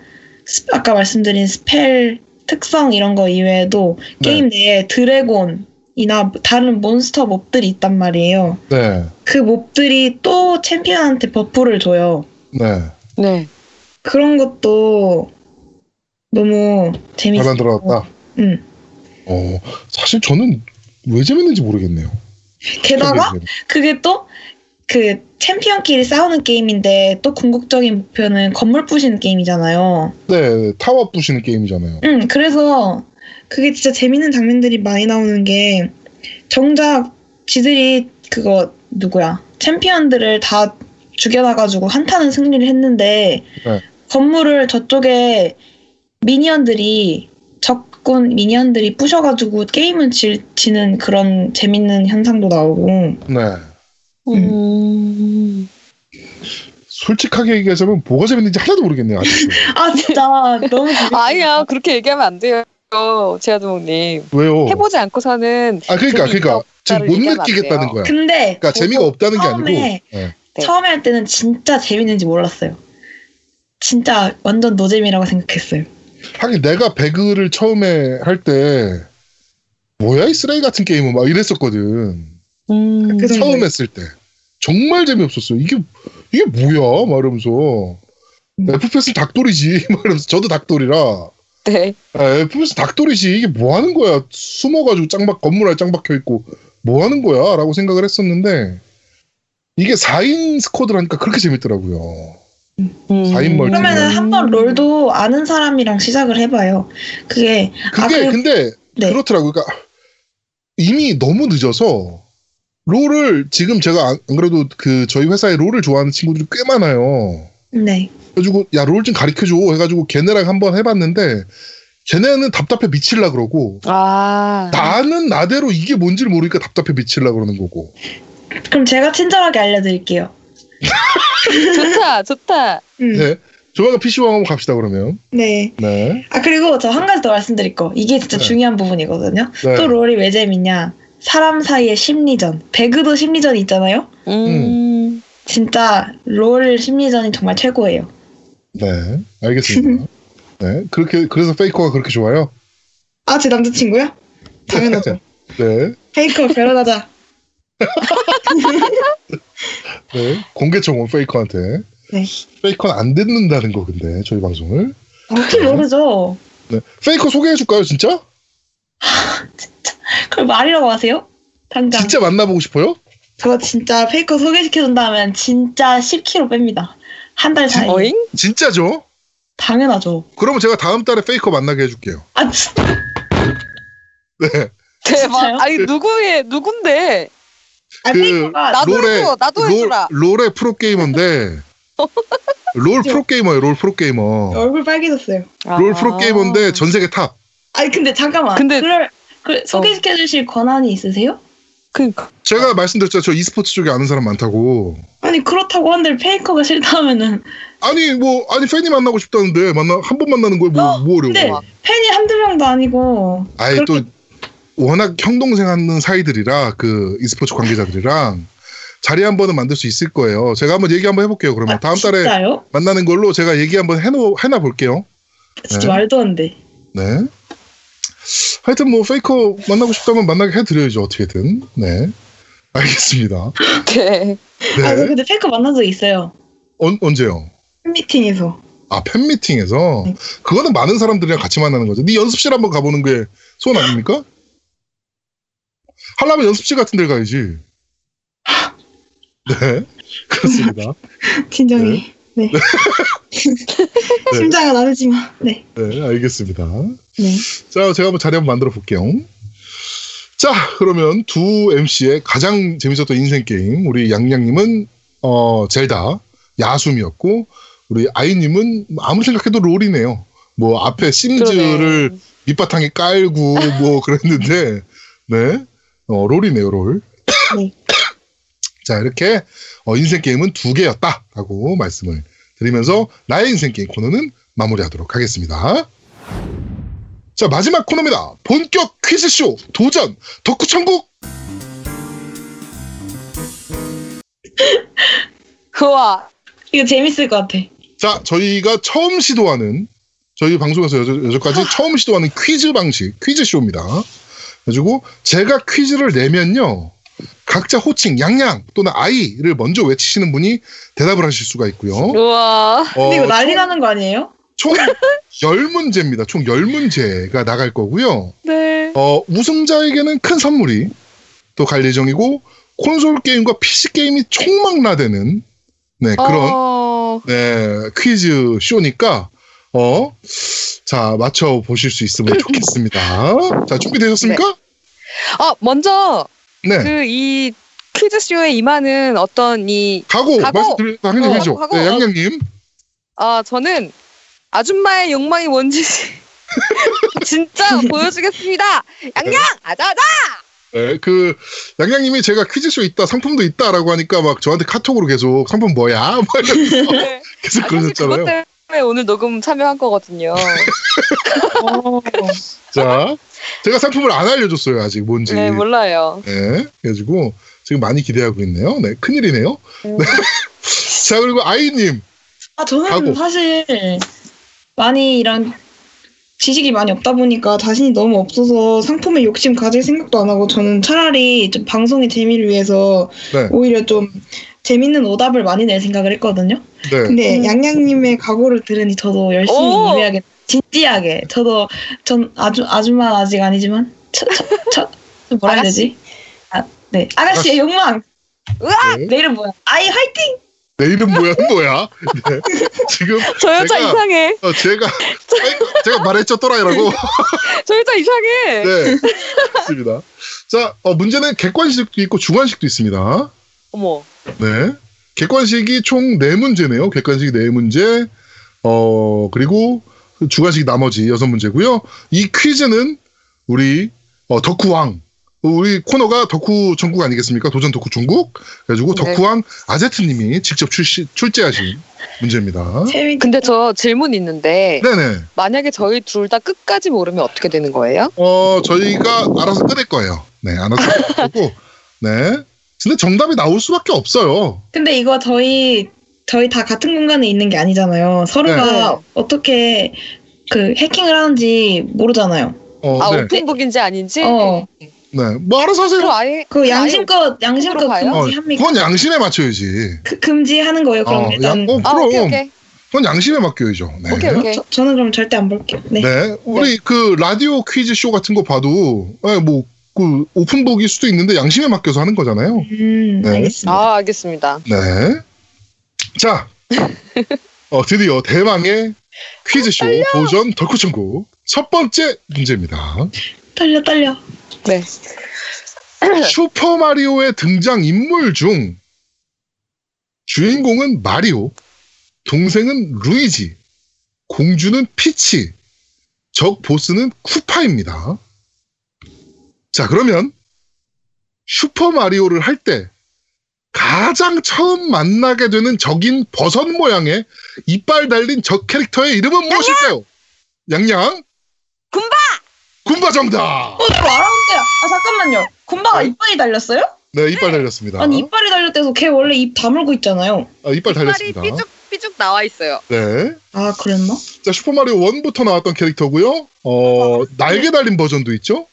스- 아까 말씀드린 스펠 특성 이런 거 이외에도
네.
게임 내에 드래곤이나 다른 몬스터 몹들이 있단 말이에요.
네.
그 몹들이 또 챔피언한테 버프를 줘요.
네.
네.
그런 것도 너무
잘
재밌어요.
만들어놨다.
음.
어, 사실 저는 왜 재밌는지 모르겠네요.
게다가 그게 또 그 챔피언끼리 싸우는 게임인데 또 궁극적인 목표는 건물 부시는 게임이잖아요.
네, 타워 부시는 게임이잖아요.
음, 그래서 그게 진짜 재밌는 장면들이 많이 나오는 게 정작 지들이 그거 누구야 챔피언들을 다 죽여놔가지고 한타는 승리를 했는데
네.
건물을 저쪽에 미니언들이 적군 미니언들이 부셔가지고 게임은 질, 지는 그런 재밌는 현상도 나오고
네.
음.
솔직하게 얘기하자면 뭐가 재밌는지 하나도 모르겠네요. 아직도.
아 진짜 너무 재밌-
아니야 그렇게 얘기하면 안 돼요. 제아드목님
왜요?
해보지 않고서는
아, 그러니까,
재미가
그러니까 지금 못
얘기하면 안
느끼겠다는
돼요.
거야.
근데
그러니까 재미가 없다는 게 아니고.
처음에-
네.
네.
처음에 할 때는 진짜 재밌는지 몰랐어요. 진짜 완전 노잼이라고 생각했어요.
하긴 내가 배그를 처음에 할 때 뭐야 이 쓰레기 같은 게임은 막 이랬었거든.
음.
그 정도예요.
처음 했을 때 정말 재미없었어요. 이게 이게 뭐야? 막 이러면서
음.
FPS 는 닭돌이지. 막 이러면서 저도 닭돌이라 아,
네.
에, FPS 닭돌이지 이게 뭐 하는 거야? 숨어가지고 짱박 건물 안에 짱박혀 있고 뭐 하는 거야? 라고 생각을 했었는데 이게 4인 스쿼드를 하니까 그렇게 재밌더라고요. 음. 사인 멀티.
그러면은 한번 롤도 아는 사람이랑 시작을 해봐요. 그게 아,
그게
그럼-
근데
네.
그렇더라고요. 그러니까 이미 너무 늦어서 롤을 지금 제가 안- 안 그래도 그 저희 회사에 롤을 좋아하는 친구들이 꽤 많아요.
네.
그래가지고 야 롤 좀 가르쳐 줘 해가지고 걔네랑 한번 해봤는데 걔네는 답답해 미칠라 그러고
아.
나는 나대로 이게 뭔지를 모르니까 답답해 미칠라 그러는 거고
그럼 제가 친절하게 알려드릴게요.
좋다 좋다.
음, 네.
네 조만간 PC방 한번 갑시다 그러면 네,
아 그리고 저 한 가지 더 말씀드릴 거. 이게 진짜
네.
중요한 부분이거든요.
네.
또 롤이 왜 재밌냐? 사람 사이의 심리전. 배그도 심리전 이 있잖아요.
음.
진짜 롤 심리전이 정말 최고예요.
네
음.
알겠습니다 네 그렇게 그래서 페이커가 그렇게 좋아요
아 제 남자친구요? 당연하죠.
네,
페이커 결혼하자.
네 공개청 원 페이커한테
네.
페이커는 안 듣는다는 거 근데 저희 방송을
어떻게 모르죠?
네 페이커 소개해 줄까요 진짜
그걸 말이라고 하세요? 당장.
진짜 만나보고 싶어요
저 진짜 페이커 소개시켜준 다음엔 진짜 10kg 뺍니다. 한 달 사이.
어잉?
진짜죠
당연하죠.
그러면 제가 다음 달에 페이커 만나게 해줄게요
아, 진-
네
진짜요?
대박. 아니 누구의 누군데?
아,
그-
페이커가
나도
롤에-
해줘. 나도
롤,
해줘라.
롤의 프로게이머인데 롤 프로게이머예요 롤 프로게이머
얼굴 빨개졌어요.
롤
아.
프로게이머인데 전 세계 탑
아니, 근데 잠깐만.
근데- 어.
그걸, 그 소개시켜주실 권한이 있으세요?
그러니까.
제가 말씀드렸죠 저 e스포츠 쪽에 아는 사람 많다고
아니, 그렇다고 한들 페이커가 싫다면은.
아니 뭐 아니 팬이 만나고 싶다는데 만나 한 번 만나는 거에 뭐, 뭐 어려워
근데 팬이 한두 명도 아니고.
아예 또 워낙 형동생 하는 사이들이라 그 e스포츠 관계자들이랑 자리 한 번은 만들 수 있을 거예요 제가 한번 얘기 한번 해볼게요 그러면
아,
다음 달에
진짜요?
만나는 걸로 제가 얘기 한번 해놓, 해놔 볼게요 네.
진짜 말도 안 돼.
네. 하여튼 뭐 페이커 만나고 싶다면 만나게 해드려야죠 어떻게든. 네. 알겠습니다.
네.
아, 저
네.
근데 페이커 만난 적 있어요.
언, 언제요?
팬미팅에서.
아 팬미팅에서 그거는 많은 사람들이랑 같이 만나는 거죠. 네 연습실 한번 가보는 게 소원 아닙니까? 하려면 연습실 같은 데 가야지. 네. 그렇습니다.
진정해. 네. 심장을 나르지 마. 네.
네, 알겠습니다.
네.
자, 제가 한번 자리 한번 만들어 볼게요. 자, 그러면 두 MC의 가장 재밌었던 인생 게임. 우리 양양님은 어, 젤다, 야숨이었고, 우리 아이님은 아무 생각해도 롤이네요. 뭐, 앞에 심즈를
그러네.
밑바탕에 깔고, 뭐, 그랬는데, 네. 어, 롤이네요, 롤.
네.
자, 이렇게 어, 인생 게임은 두 개였다라고 말씀을 드리면서 나의 인생 게임 코너는 마무리하도록 하겠습니다. 자, 마지막 코너입니다. 본격 퀴즈쇼 도전 덕후 천국.
그와
이거 재밌을 것 같아.
자, 저희가 처음 시도하는 저희 방송에서 여저, 여저까지 처음 시도하는 퀴즈 방식, 퀴즈쇼입니다. 그래가지고 제가 퀴즈를 내면요. 각자 호칭 양양 또는 아이를 먼저 외치시는 분이 대답을 하실 수가 있고요.
우와
근데
어,
이거 난리 나는 거 아니에요?
총 10문제입니다. 총 10문제가 나갈 거고요.
네
어, 우승자에게는 큰 선물이 또 갈 예정이고 콘솔 게임과 PC 게임이 총망라되는 네, 그런
어,
네, 퀴즈 쇼니까 어, 자, 맞춰 보실 수 있으면 좋겠습니다. 자, 준비되셨습니까?
아 먼저
네.
그 이 퀴즈쇼에 임하는 어떤 이
각오,
각오!
말씀드리, 당연히
어,
하죠.
각오.
네, 양양님.
아 저는 아줌마의 욕망이 뭔지 진짜 보여주겠습니다. 양양 아자아자.
네, 그 양양님이 제가 퀴즈쇼 있다, 상품도 있다라고 하니까 막 저한테 카톡으로 계속 상품 뭐야? 막 이러면서
네.
계속
아, 사실 그것
그러셨잖아요.
때문에 오늘 녹음 참여한 거거든요.
어.
자, 제가 상품을 안 알려줬어요 아직 뭔지.
네 몰라요.
네, 그래가지고 지금 많이 기대하고 있네요. 네, 큰일이네요.
음.
네. 자 그리고 아이님,
아 저는
하고.
사실 많이 이런 지식이 많이 없다 보니까 자신이 너무 없어서 상품에 욕심 가질 생각도 안 하고 저는 차라리 좀 방송의 재미를 위해서
네,
오히려 좀 재밌는 오답을 많이 낼 생각을 했거든요.
네,
근데
음.
양양님의 각오를 들으니 저도 열심히
오!
임해야겠 진지하게 저도 전 아주 아줌마 아직 아니지만 저, 저, 저, 저 뭐라 해야 되지? 아, 네 아가씨의 욕망
네.
내 이름 뭐야? 아이 화이팅!
내 이름 뭐야 뭐야. 네. 지금
저 여자
제가-
이상해.
어, 제가 아이, 제가 말했죠 또라이라고.
저 여자 이상해.
네, 그렇습니다. 자, 어, 문제는 객관식도 있고 주관식도 있습니다.
어머.
네. 객관식이 총 네문제네요 객관식 네문제 어, 그리고 주관식 나머지 여섯 문제고요이 퀴즈는 우리 어, 덕후왕. 우리 코너가 덕후 전국 아니겠습니까? 도전 덕후 전국. 그래가지고
네.
덕후왕 아제트님이 직접 출시, 출제하신 문제입니다.
재밌.
근데 저 질문 있는데
네네.
만약에 저희 둘 다 끝까지 모르면 어떻게 되는 거예요?
어, 저희가 알아서 끊을 거예요. 네, 알아서 끊을 거고. 네. 근데 정답이 나올 수밖에 없어요.
근데 이거 저희 저희 다 같은 공간에 있는 게 아니잖아요. 서로가
네.
어떻게 그 해킹을 하는지 모르잖아요.
어,
아
네.
오픈북인지 아닌지.
어.
네. 뭐 알아서 하세요.
그럼 아예
그 양심껏 양심껏
가요?
어,
금지합니까?
그건 양심에 맞춰야지.
그- 금지하는 거예요. 그럼
어, 양-
일단
어,
아 오케이
그럼
오케이
그건 양심에 맡겨야죠. 네.
오케이 오케이.
저, 저는 그럼 절대 안 볼게요. 네.
네. 우리 그 라디오 퀴즈 쇼 같은 거 봐도 예, 뭐그 오픈북일 수도 있는데 양심에 맡겨서 하는 거잖아요.
음,
네.
알겠습니다.
아 알겠습니다.
네. 자, 어, 드디어 대망의 퀴즈
어,
쇼 도전 덕후천국 첫 번째 문제입니다.
떨려 떨려.
네.
슈퍼 마리오의 등장 인물 중 주인공은 마리오, 동생은 루이지, 공주는 피치, 적 보스는 쿠파입니다. 자, 그러면 슈퍼 마리오를 할 때 가장 처음 만나게 되는 적인 버섯 모양의 이빨 달린 적 캐릭터의 이름은 무엇일까요? 양양.
군바!
군바 정답.
어, 저 알았는데. 아 잠깐만요. 군바가
네.
이빨이 달렸어요?
네, 이빨 달렸습니다.
아니 이빨이 달렸대서 걔 원래 입 다물고 있잖아요.
아, 이빨
팔이
달렸습니다.
삐죽 삐죽 나와 있어요.
네.
아 그랬나?
자, 슈퍼마리오 1부터 나왔던 캐릭터고요. 어, 날개 달린 버전도 있죠.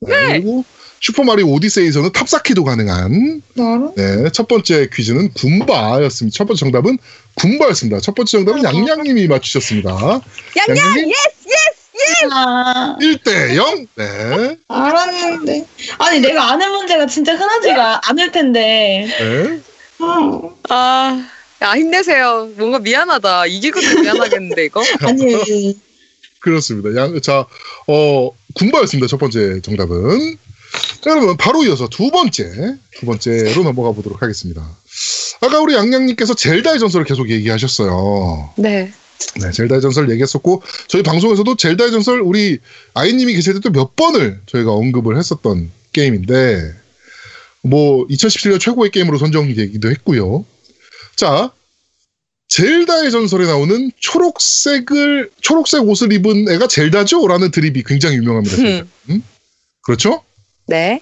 네.
그리고 슈퍼마리오 오디세이에서는 탑사키도 가능한
나로?
네, 첫 번째 퀴즈는 군바였습니다. 첫 번째 정답은 군바였습니다. 첫 번째 정답은 양양님이 맞추셨습니다.
양양
양양님?
예스 예스
아,
1대 0. 네.
알았는데. 아니, 내가 아는 문제가 진짜 흔하지가 않을 텐데.
네.
음.
아, 야, 힘내세요. 뭔가 미안하다. 이길 것도 미안하겠는데, 이거?
아니,
그렇습니다. 양, 자, 어, 군바였습니다. 첫 번째 정답은. 자, 여러분, 바로 이어서 두 번째, 두 번째로 넘어가 보도록 하겠습니다. 아까 우리 양양님께서 젤다의 전설을 계속 얘기하셨어요.
네.
네, 젤다의 전설 얘기했었고, 저희 방송에서도 젤다의 전설 우리 아이님이 계실 때 또 몇 번을 저희가 언급을 했었던 게임인데, 뭐, 2017년 최고의 게임으로 선정되기도 했고요. 자, 젤다의 전설에 나오는 초록색을, 초록색 옷을 입은 애가 젤다죠? 라는 드립이 굉장히 유명합니다. 젤다.
음,
그렇죠?
네.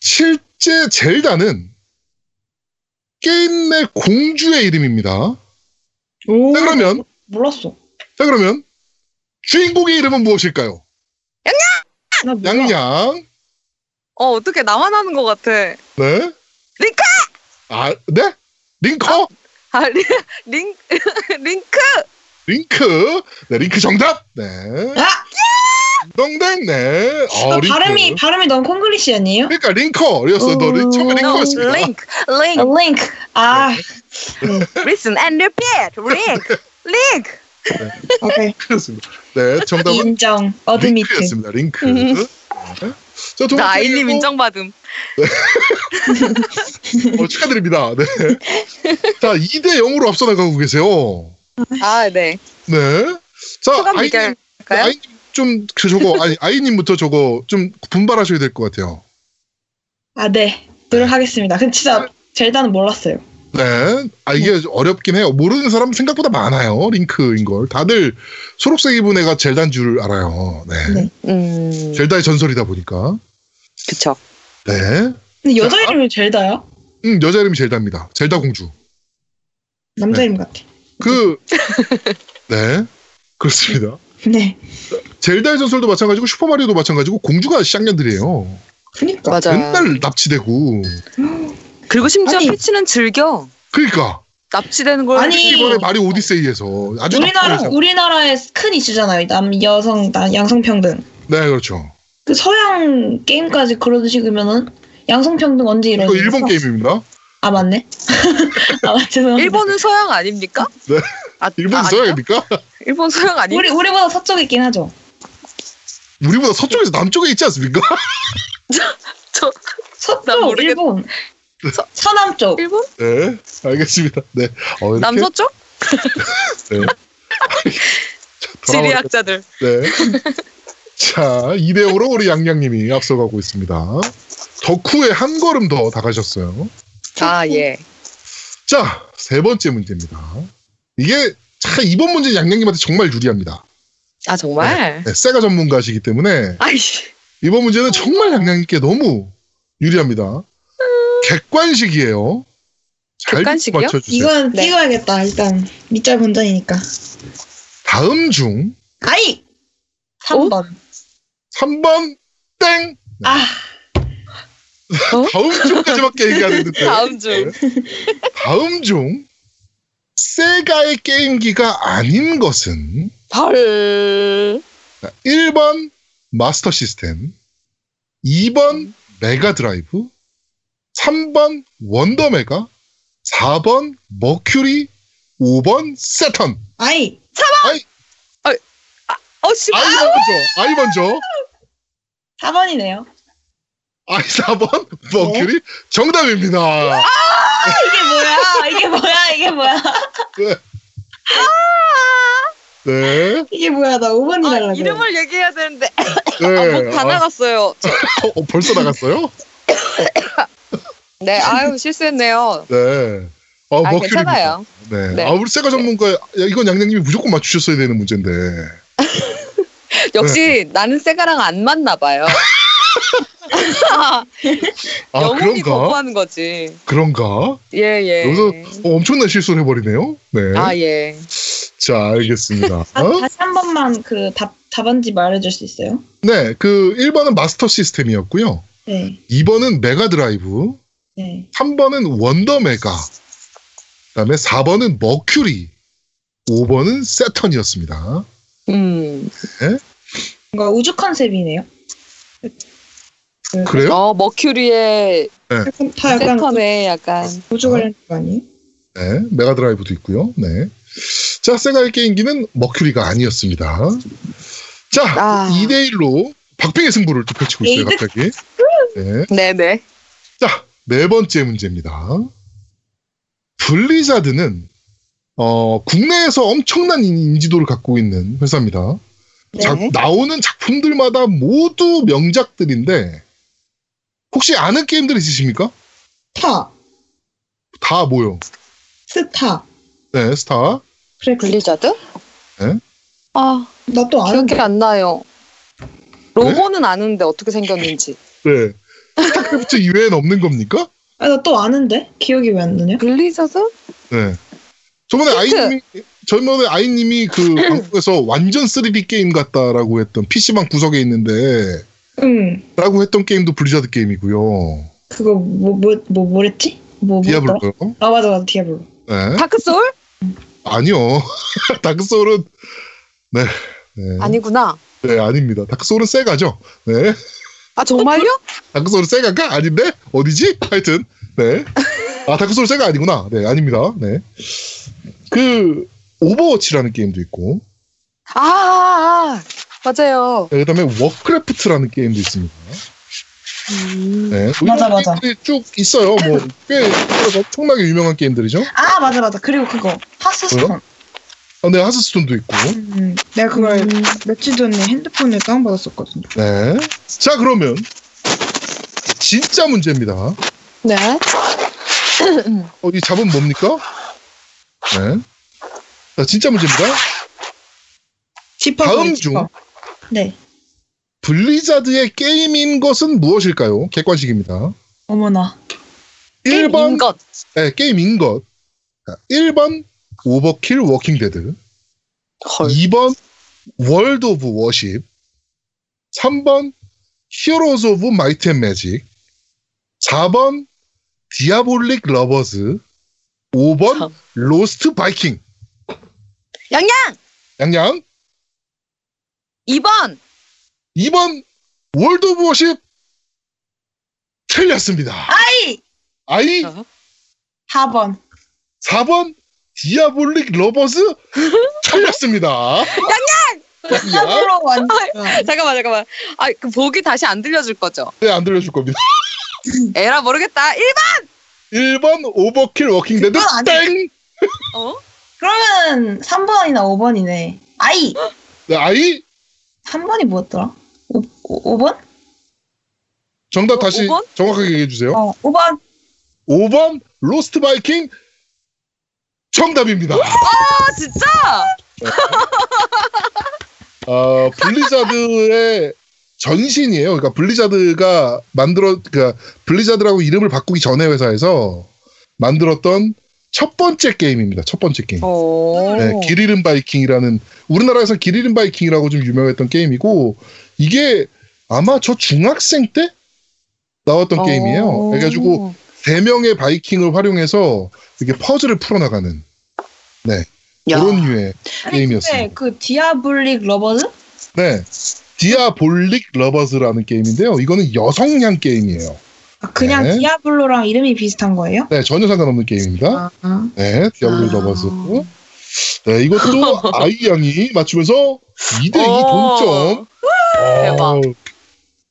실제 젤다는 게임 내 공주의 이름입니다.
오,
자, 그러면,
몰랐어.
자, 그러면, 주인공의 이름은 무엇일까요?
나 몰라.
양양.
어, 어떻게 나만 하는 것 같아.
네.
링크!
아, 네? 링커?
아, 리, 링, 링크!
링크. 네, 링크 정답. 네.
아!
덩댕, 네. 어,
너
링크.
아, 발음이, 발음이 너무 콩글리시 아니에요?
그러니까 링커였어. 너 링- 처음에
어,
No,
링커였습니다.
link,
아,
link,
링크. 아,
네.
listen and repeat, link, link.
오케이.
그렇습니다. 네, 정답은
인정. 어드미트.
링크였습니다. 링크.
음.
네. 자, 두 번째
나 아이님
그리고-
인정받음.
어, 축하드립니다. 네. 자, 2대 0으로 앞서 나가고 계세요.
아, 네.
네. 자,
소감
아이님,
비결할까요?
아이님 좀, 그 저거, 아니, 아이님부터 저거 좀 분발하셔야 될 것 같아요.
아, 네. 노력하겠습니다. 근데 진짜 젤다는 몰랐어요.
네. 아, 이게 어렵긴 해요. 모르는 사람 생각보다 많아요. 링크인 걸. 다들 초록색 입은 애가 젤단 줄 알아요. 네.
네.
음,
젤다의 전설이다 보니까.
그쵸.
네.
근데 여자
자.
이름이 젤다야?
음, 여자 이름이 젤다입니다. 젤다 공주.
남자
네.
이름 같아.
그, 네. 그렇습니다.
네.
젤다의 전설도 마찬가지고 슈퍼마리오도 마찬가지고 공주가 쌍년들이에요.
그니까.
맞아요.
맨날 납치되고.
그리고 심지어
아니.
피치는 즐겨.
그러니까
납치되는 걸.
아니.
즐기고.
이번에 마리 오디세이에서 아주
우리나라
납치를 해서-
우리나라의 큰 이슈잖아요. 남 여성 나- 양성평등.
네 그렇죠.
그 서양 게임까지 그런 식이면은 양성평등 언제
이거
이러지?
일본 게임입니다.
아 맞네. 아 죄송합니다.
일본은 서양 아닙니까?
네.
아,
일본
아, 아닌가?
서양입니까?
일본 서양 아니?
우리 우리보다 서쪽에 있긴 하죠.
우리보다 서쪽에서 남쪽에 있지 않습니까?
난
서쪽
모르겠-
일본.
서-
서, 남쪽
일본?
네, 알겠습니다. 네, 어, 이렇게 네. 아,
남서쪽?
돌아오니까-
지리학자들.
네. 자, 2대0으로 우리 양양님이 앞서가고 있습니다. 덕후에 한 걸음 더 다가셨어요.
아, 예.
자, 세 번째 문제입니다. 이게 참 이번 문제는 양양님한테 정말 유리합니다.
아, 정말?
네, 세가 전문가시기 때문에
아이씨.
이번 문제는 정말 양양님께 너무 유리합니다. 객관식이에요. 잘
객관식이요?
맞춰주세요.
이건
네.
찍어야겠다. 일단 밑절 본전이니까.
다음 중
아이. 3번.
3번 땡
아
다음 중까지밖에 얘기 안 했는데 네.
다음 중.
다음 중 세가의 게임기가 아닌 것은
헐.
1번 마스터 시스템 2번 메가 드라이브 3번 원더메가 4번 머큐리 5번 세턴
아이.
어, 씨.
아이 먼저 아이 먼저
4번이네요.
아이 4번 머큐리 정답입니다
이게 뭐야? 이게 뭐야? 이게 뭐야?
네,
이게 뭐야? 나 5번이 달라고.
아, 이름을 얘기해야 되는데. 아,
네.
목다 나갔어요. 저-
어, 어, 벌써 나갔어요?
네, 아유, 실수했네요.
네. 어,
아,
머큐리입니다.
괜찮아요.
네.
네.
아, 우리 세가 전문가, 야, 이건 양양님이 무조건 맞추셨어야 되는 문제인데.
네. 역시 나는 세가랑 안 맞나 봐요.
아,
영혼이
그런가?
거부하는 거지.
그런가?
예, 예.
여기서 어, 엄청난 실수를 해버리네요. 네.
아, 예.
자, 알겠습니다. 어?
아, 다시 한 번만 그 답, 답안지 말해줄 수 있어요?
네, 그 1번은 마스터 시스템이었고요.
네.
2번은 메가 드라이브,
네.
3번은 원더 메가, 그다음에 4번은 머큐리, 5번은 세턴이었습니다.
음.
뭔가 우주 컨셉이네요.
그래요?
어, 머큐리의
아, 약간 다 약간
네, 세컨에 약간
우주 관련 거 아니에요?
네, 메가드라이브도 있고요. 네. 자, 세가의 게임기는 머큐리가 아니었습니다. 자,
아.
2대 1로 박빙의 승부를 또 펼치고 있어요,
에이드.
갑자기. 네.
그
네네.
자, 네 번째 문제입니다. 블리자드는 어, 국내에서 엄청난 인지도를 갖고 있는 회사입니다.
네.
작- 나오는 작품들마다 모두 명작들인데 혹시 아는 게임들 있으십니까?
스타,
다 뭐요?
스타.
네, 스타.
그래 그래.
블리자드?
네?
아
나 또 아는
기억이 안 나요. 로고는 아는데 어떻게 생겼는지.
네. 스타크래프트 이외엔 없는 겁니까?
아, 나 또 아는데 기억이 왜 안 나냐?
블리자드?
네. 저번에
히트!
아이님이 저번에 아이님이 그 방송에서 완전 3D 게임 같다라고 했던 PC방 구석에 있는데
응.
라고 했던 게임도 블리자드 게임이고요.
그거 뭐 뭐 뭐 뭐, 랬지뭐 뭐더라?
디아블로요?
아 맞아 맞아 디아블로.
네.
다크 소울?
아니요. 다크 소울은 네. 네.
아니구나.
네, 아닙니다. 다크 소울은 세가죠. 네.
아 정말요?
다크 소울 세가가 아닌데 어디지? 하여튼 네. 아 다크 소울 세가 아니구나. 네, 아닙니다. 네. 그 오버워치라는 게임도 있고
아, 아, 아 맞아요.
네, 그다음에 워크래프트라는 게임도 있습니다.
음.
네.
맞아,
이런
맞아.
게임들이 쭉 있어요. 뭐꽤 엄청나게 유명한 게임들이죠.
아 맞아 맞아. 그리고 그거 하스스톤.
뭐요? 어? 아, 네, 하스스톤도 있고.
음, 내가 그걸 며칠 전에 핸드폰에 다운 받았었거든.
네. 자 그러면 진짜 문제입니다.
네.
어, 이 잡은 뭡니까? 네. 자, 진짜 문제입니다.
지퍼
다음
거의
중.
지퍼. 네.
블리자드의 게임인 것은 무엇일까요? 객관식입니다.
어머나.
1번,
것.
네, 게임인 것. 자, 1번, 오버킬 워킹데드.
헐.
2번, 월드 오브 워십. 3번, 히어로즈 오브 마이트 앤 매직. 4번, 디아볼릭 러버즈. 5번,
참.
로스트 바이킹.
양양!
양양.
2번.
2번 월드 오브 워십 틀렸습니다.
아이!
아이
어.
4번.
4번 디아볼릭 러버스 틀렸습니다. 양양!
더블로 완전.
잠깐만 잠깐만. 아 그 보기 다시 안 들려줄 거죠?
네, 안 들려줄 겁니다.
에라 모르겠다. 1번.
1번 오버킬 워킹데드
그건
땡!
아니-
어?
그러면 3번이나 5번이네. 아이!
네, 아이
3번이 뭐였더라? 5, 오번
정답
어,
다시
5번?
정확하게 얘기해주세요.
어, 5번.
5번 로스트 바이킹 정답입니다.
아 진짜?
어, 블리자드의 전신이에요. 그러니까 블리자드가 만들어, 그러니까 블리자드라고 이름을 바꾸기 전에 회사에서 만들었던 첫 번째 게임입니다. 첫 번째
어.
게임.
오.
네, 길 잃은 바이킹이라는 우리나라에서 길 잃은 바이킹이라고 좀 유명했던 게임이고 이게 아마 저 중학생 때 나왔던
어.
게임이에요. 그래가지고 세 명의 바이킹을 활용해서 이렇게 퍼즐을 풀어나가는
야.
그런 유의 게임이었습니다.
네, 그 디아블릭 러버즈?
네. 디아볼릭 러버즈라는 게임인데요. 이거는 여성향 게임이에요.
아, 그냥
네.
디아블로랑 이름이 비슷한 거예요?
네, 전혀 상관없는 게임입니다.
아, 아.
네, 디아볼릭
아.
러버즈. 네, 이것도 아이양이 맞추면서 2대2
어.
동점.
대박.
아,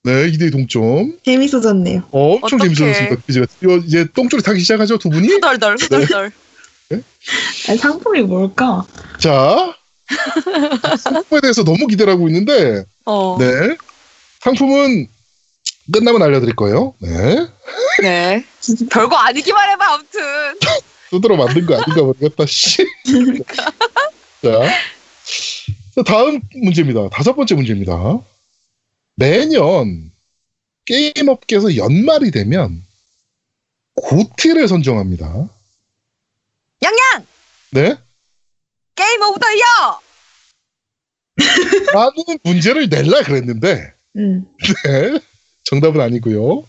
네, 2대2 동점.
재밌어졌네요.
어, 엄청
어떡해.
재밌었습니다. 이제, 이제 똥줄이 타기 시작하죠, 두 분이?
후덜덜
네.
후덜덜.
아니, 상품이 뭘까?
자. 상품에 대해서 너무 기대를 하고 있는데,
어. 네.
네. 상품은 끝나면 알려드릴 거예요. 네.
별거 아니기만 해봐 아무튼.
두드러 만든 거 아닌가 모르겠다. 씨. 자. 자, 다음 문제입니다. 다섯 번째 문제입니다. 매년 게임업계에서 연말이 되면 고티를 선정합니다.
양양
네?
게임 오브 더 이어.
라는 문제를 낼라 그랬는데
음.
네. 정답은 아니고요.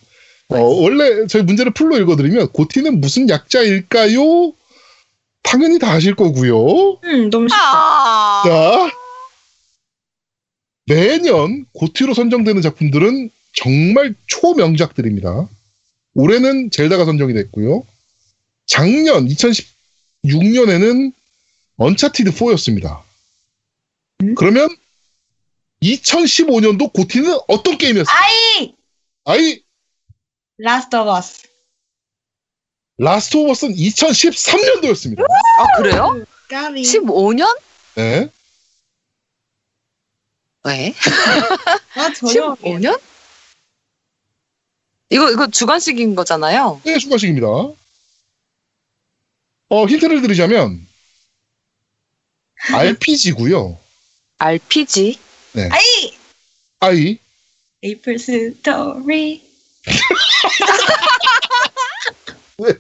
어, 원래 저희 문제를 풀로 읽어드리면 고티는 무슨 약자일까요? 당연히 다 아실 거고요.
음, 너무 쉽다.
아.
자, 매년 고티로 선정되는 작품들은 정말 초명작들입니다. 올해는 젤다가 선정이 됐고요. 작년 2016년에는 언차티드 4였습니다.
음?
그러면 2015년도 고티는 어떤 게임이었어요?
아이!
아이
라스트 오브 어스.
라스트 오브 어스는 2013년도였습니다.
아 그래요?
까비.
15년?
네.
왜?
아, 전혀.
15년? 이거 이거 주관식인 거잖아요.
네, 순간식입니다. 어, 힌트를 드리자면 RPG고요.
RPG.
아이!
아이
에이플 스토리.
왜?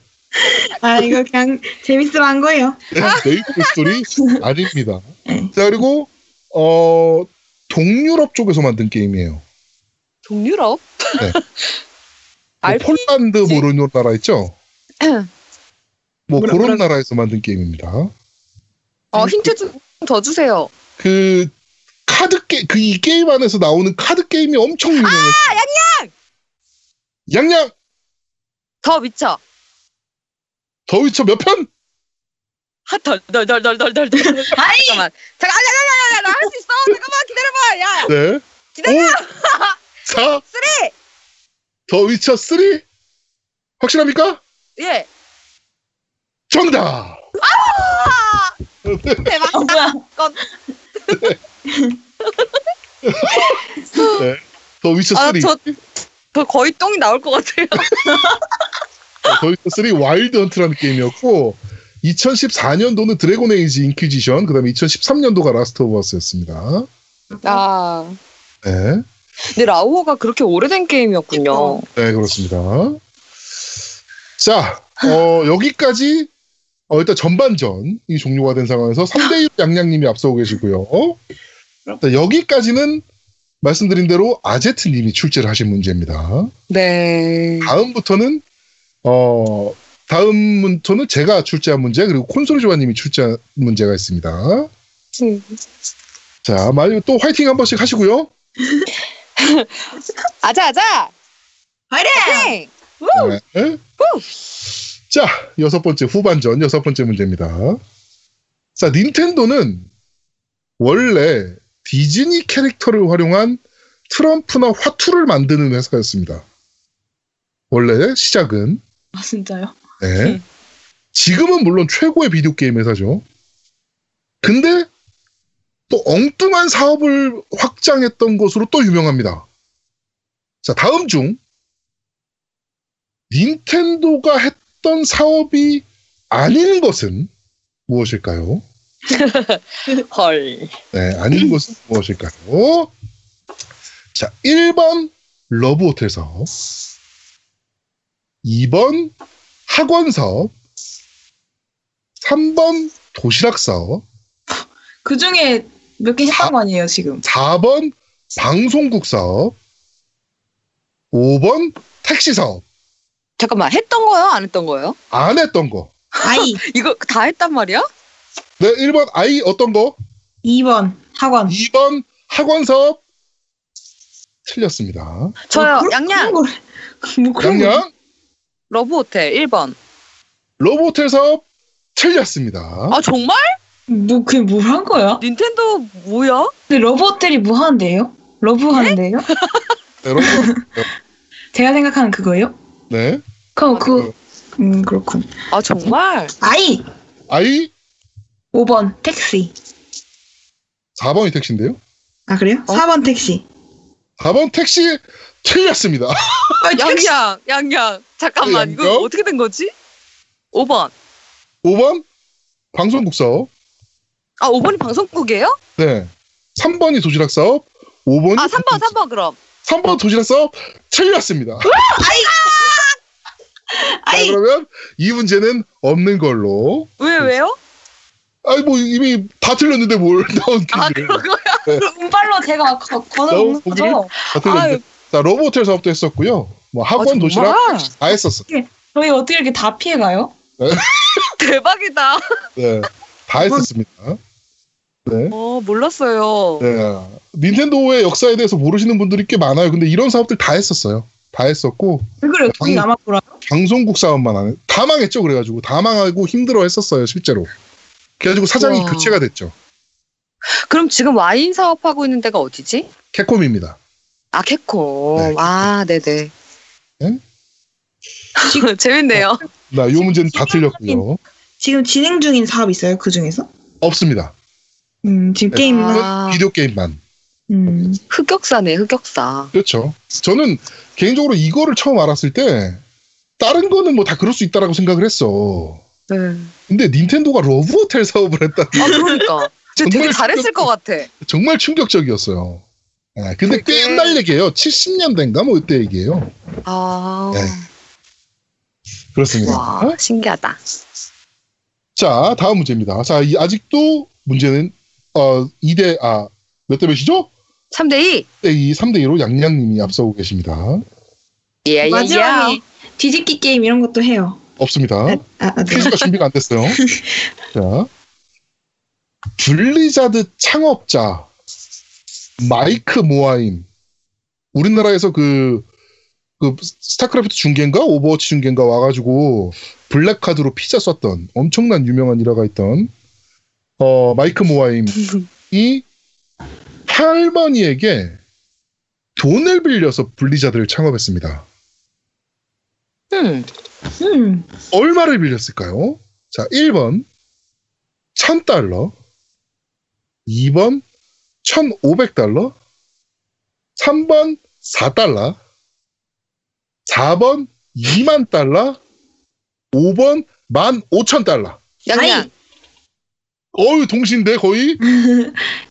아, 이거 그냥 재밌으러 한 거예요.
네이버 스토리 아닙니다.
네.
자 그리고 어 동유럽 쪽에서 만든 게임이에요. 뭐
동유럽?
네. 뭐
RPG?
폴란드 뭐 이런 나라 있죠? 뭐
뭐라-
그런
뭐라-
나라에서 만든 게임입니다.
어 힌트 좀 더 주세요.
그 카드 게 그 이 게임 안에서 나오는 카드 게임이 엄청 유명해요. 아 양양. 양양
더 미쳐.
더위쳐 몇 편?
아, 하덜덜덜덜덜덜.
아이!
잠깐만. 잠깐. 아야야야야. 나 할 수 있어. 잠깐만 기다려봐. 야.
네.
기다려.
4
쓰리.
더위쳐 3 확실합니까?
예.
정답.
아,
네.
대박.
어, 뭐야.
네. 더위쳐 3
아저저 거의 똥이 나올 것 같아요.
더위터 3 와일드 헌트라는 게임이었고 2014년도는 드래곤 에이지 인퀴지션 그다음에 2013년도가 라스트 오브 어스였습니다.
아.
네.
근데 라우어가 그렇게 오래된 게임이었군요.
네, 그렇습니다. 자, 어, 여기까지 어, 일단 전반전이 종료가 된 상황에서 3대1 양양님이 앞서고 계시고요. 자, 여기까지는 말씀드린 대로 아제트님이 출제를 하신 문제입니다.
네.
다음부터는 어 다음부터는 제가 출제한 문제 그리고 콘솔 조아님이 출제한 문제가 있습니다.
음.
자, 만약 또 화이팅 한 번씩 하시고요.
아자 아자.
화이팅!
화이팅!
네. 자, 여섯 번째 후반전 여섯 번째 문제입니다. 자, 닌텐도는 원래 디즈니 캐릭터를 활용한 트럼프나 화투를 만드는 회사였습니다. 원래 시작은
아, 진짜요?
네.
음.
지금은 물론 최고의 비디오 게임 회사죠. 근데 또 엉뚱한 사업을 확장했던 것으로 또 유명합니다. 자, 다음 중 닌텐도가 했던 사업이 아닌 것은 무엇일까요?
헐.
네, 아닌 것은 무엇일까요? 자, 1번 러브호텔 사업, 2번 학원 사업, 3번 도시락 사업,
그 중에 몇 개씩 한거 아니에요, 지금?
4번 방송국 사업, 5번 택시 사업.
잠깐만 했던 거요? 안 했던 거요?
안 했던 거.
아이.
이거 다 했단 말이야?
네, 1번 아이 어떤 거?
2번. 학원.
2번 학원 사업. 틀렸습니다.
뭐
저요. 음.
그런-
어, 양양.
그런 걸- 뭐 그런 거.
양양
러브 호텔 1번.
로보텔 사업 틀렸습니다.
아 정말?
뭐 그게 뭘 한 거야?
닌텐도 뭐야?
근데 러브 호텔이 뭐 하는데요? 러브 하는데요?
네, 여러분,
제가 생각하는 그거예요?
네.
그럼 그, 음, 그렇군.
아 정말?
아이!
아이
5번, 택시.
4번이 택시인데요.
아, 그래요?
어?
4번, 택시.
4번 택시 틀렸습니다.
아, 택시!
양양 양양. 잠깐만
네,
이거
양양.
어떻게 된 거지? 5번.
5번 방송국 사업.
아 5번이 방송국이에요?
네. 3번이 도시락 사업. 5번이
아 3번 3번 그럼.
3번 도시락 사업 틀렸습니다. 자,
아이!
그러면 이 문제는 없는 걸로.
왜 왜요?
아니 뭐 이미 다 틀렸는데 뭘 나온
아
게
그런 거요?
운빨로 제가 거-
너무
걷어오는 거죠?
보기를- 다 틀렸는데. 자 로보텔 사업도 했었고요. 뭐 학원
아,
도시락
정말?
다 했었어.
저희 어떻게 이렇게 다 피해가요?
대박이다.
네. 다 했었습니다. 네.
어, 몰랐어요.
네. 닌텐도의 역사에 대해서 모르시는 분들이 꽤 많아요. 근데 이런 사업들 다 했었어요. 다 했었고
왜 그래요? 돈이
음.
남았구라
방송국 사업만 안 해. 다 망했죠. 그래가지고 다 망하고 힘들어 했었어요. 실제로. 그래가지고 사장이
우와.
교체가 됐죠.
그럼 지금 와인 사업하고 있는 데가 어디지?
캡콤입니다.
아, 캐콤.
네,
아, 네네.
예?
재밌네요.
나 요 문제는 다
지금
틀렸고요.
지금 진행 중인 사업 있어요? 그 중에서?
없습니다.
음, 지금
네.
게임만.
아.
비디오 게임만.
음.
흑역사네, 흑역사.
그렇죠. 저는 개인적으로 이거를 처음 알았을 때 다른 거는 뭐 다 그럴 수 있다라고 생각을 했어.
네.
근데 닌텐도가 러브호텔 사업을 했다.
아, 그러니까. 진짜 되게
정말
잘했을 것 같아.
정말 충격적이었어요. 아, 근데 꽤
그게-
옛날 얘기예요. 70년대인가 뭐 이때 얘기예요.
아,
그렇습니다. 어?
와, 신기하다.
자, 다음 문제입니다. 자, 이 아직도 문제는 어 2대 아, 몇 대 몇이죠? 네,
3대2.
6대2, 3대2로 양양님이 앞서고 계십니다.
예, 예,
마지막에
예.
뒤집기 게임 이런 것도 해요.
없습니다.
아, 아, 아, 네.
퀴즈가 준비가 안 됐어요. 자, 블리자드 창업자 마이크 모아임. 우리나라에서 그, 그 스타크래프트 중계인가 오버워치 중계인가 와가지고 블랙카드로 피자 쐈던 엄청난 유명한 일화가 있던 어, 마이크 모아임이 할머니에게 돈을 빌려서 블리자드를 창업했습니다.
음.
음.
얼마를 빌렸을까요? 자, 1번 1000달러 2번 1500달러 3번 4달러 4번 2만 달러 5번 15,000달러
양양.
어유 동시인데 거의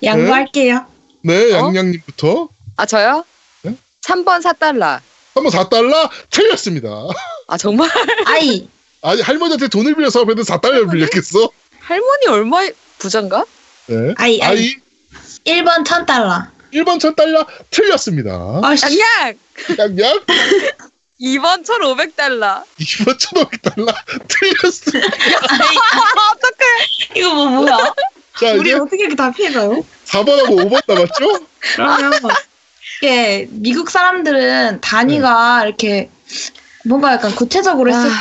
양보할게요.
네
어?
양양님부터
아, 저요?
네?
3번 4달러.
한번 4달러 틀렸습니다
아, 정말?
아이.
아니 할머니한테 돈을 빌려서 하면 4달러 빌렸겠어?
할머니 얼마 부잔가?
네.
아이, 아이.
아이
1번 1000달러.
1번 1000달러 틀렸습니다
아씨.
양양!
양양
2번 1,500달러.
2만 1,500달러 틀렸어.
아, 어떡해.
이거 뭐 뭐야?
자,
우리
이제
어떻게 이렇게 다 피해가요?
4번하고 5번 남았죠?
그러면 이게 미국 사람들은 단위가 이렇게 뭔가 약간 구체적으로 했을
아,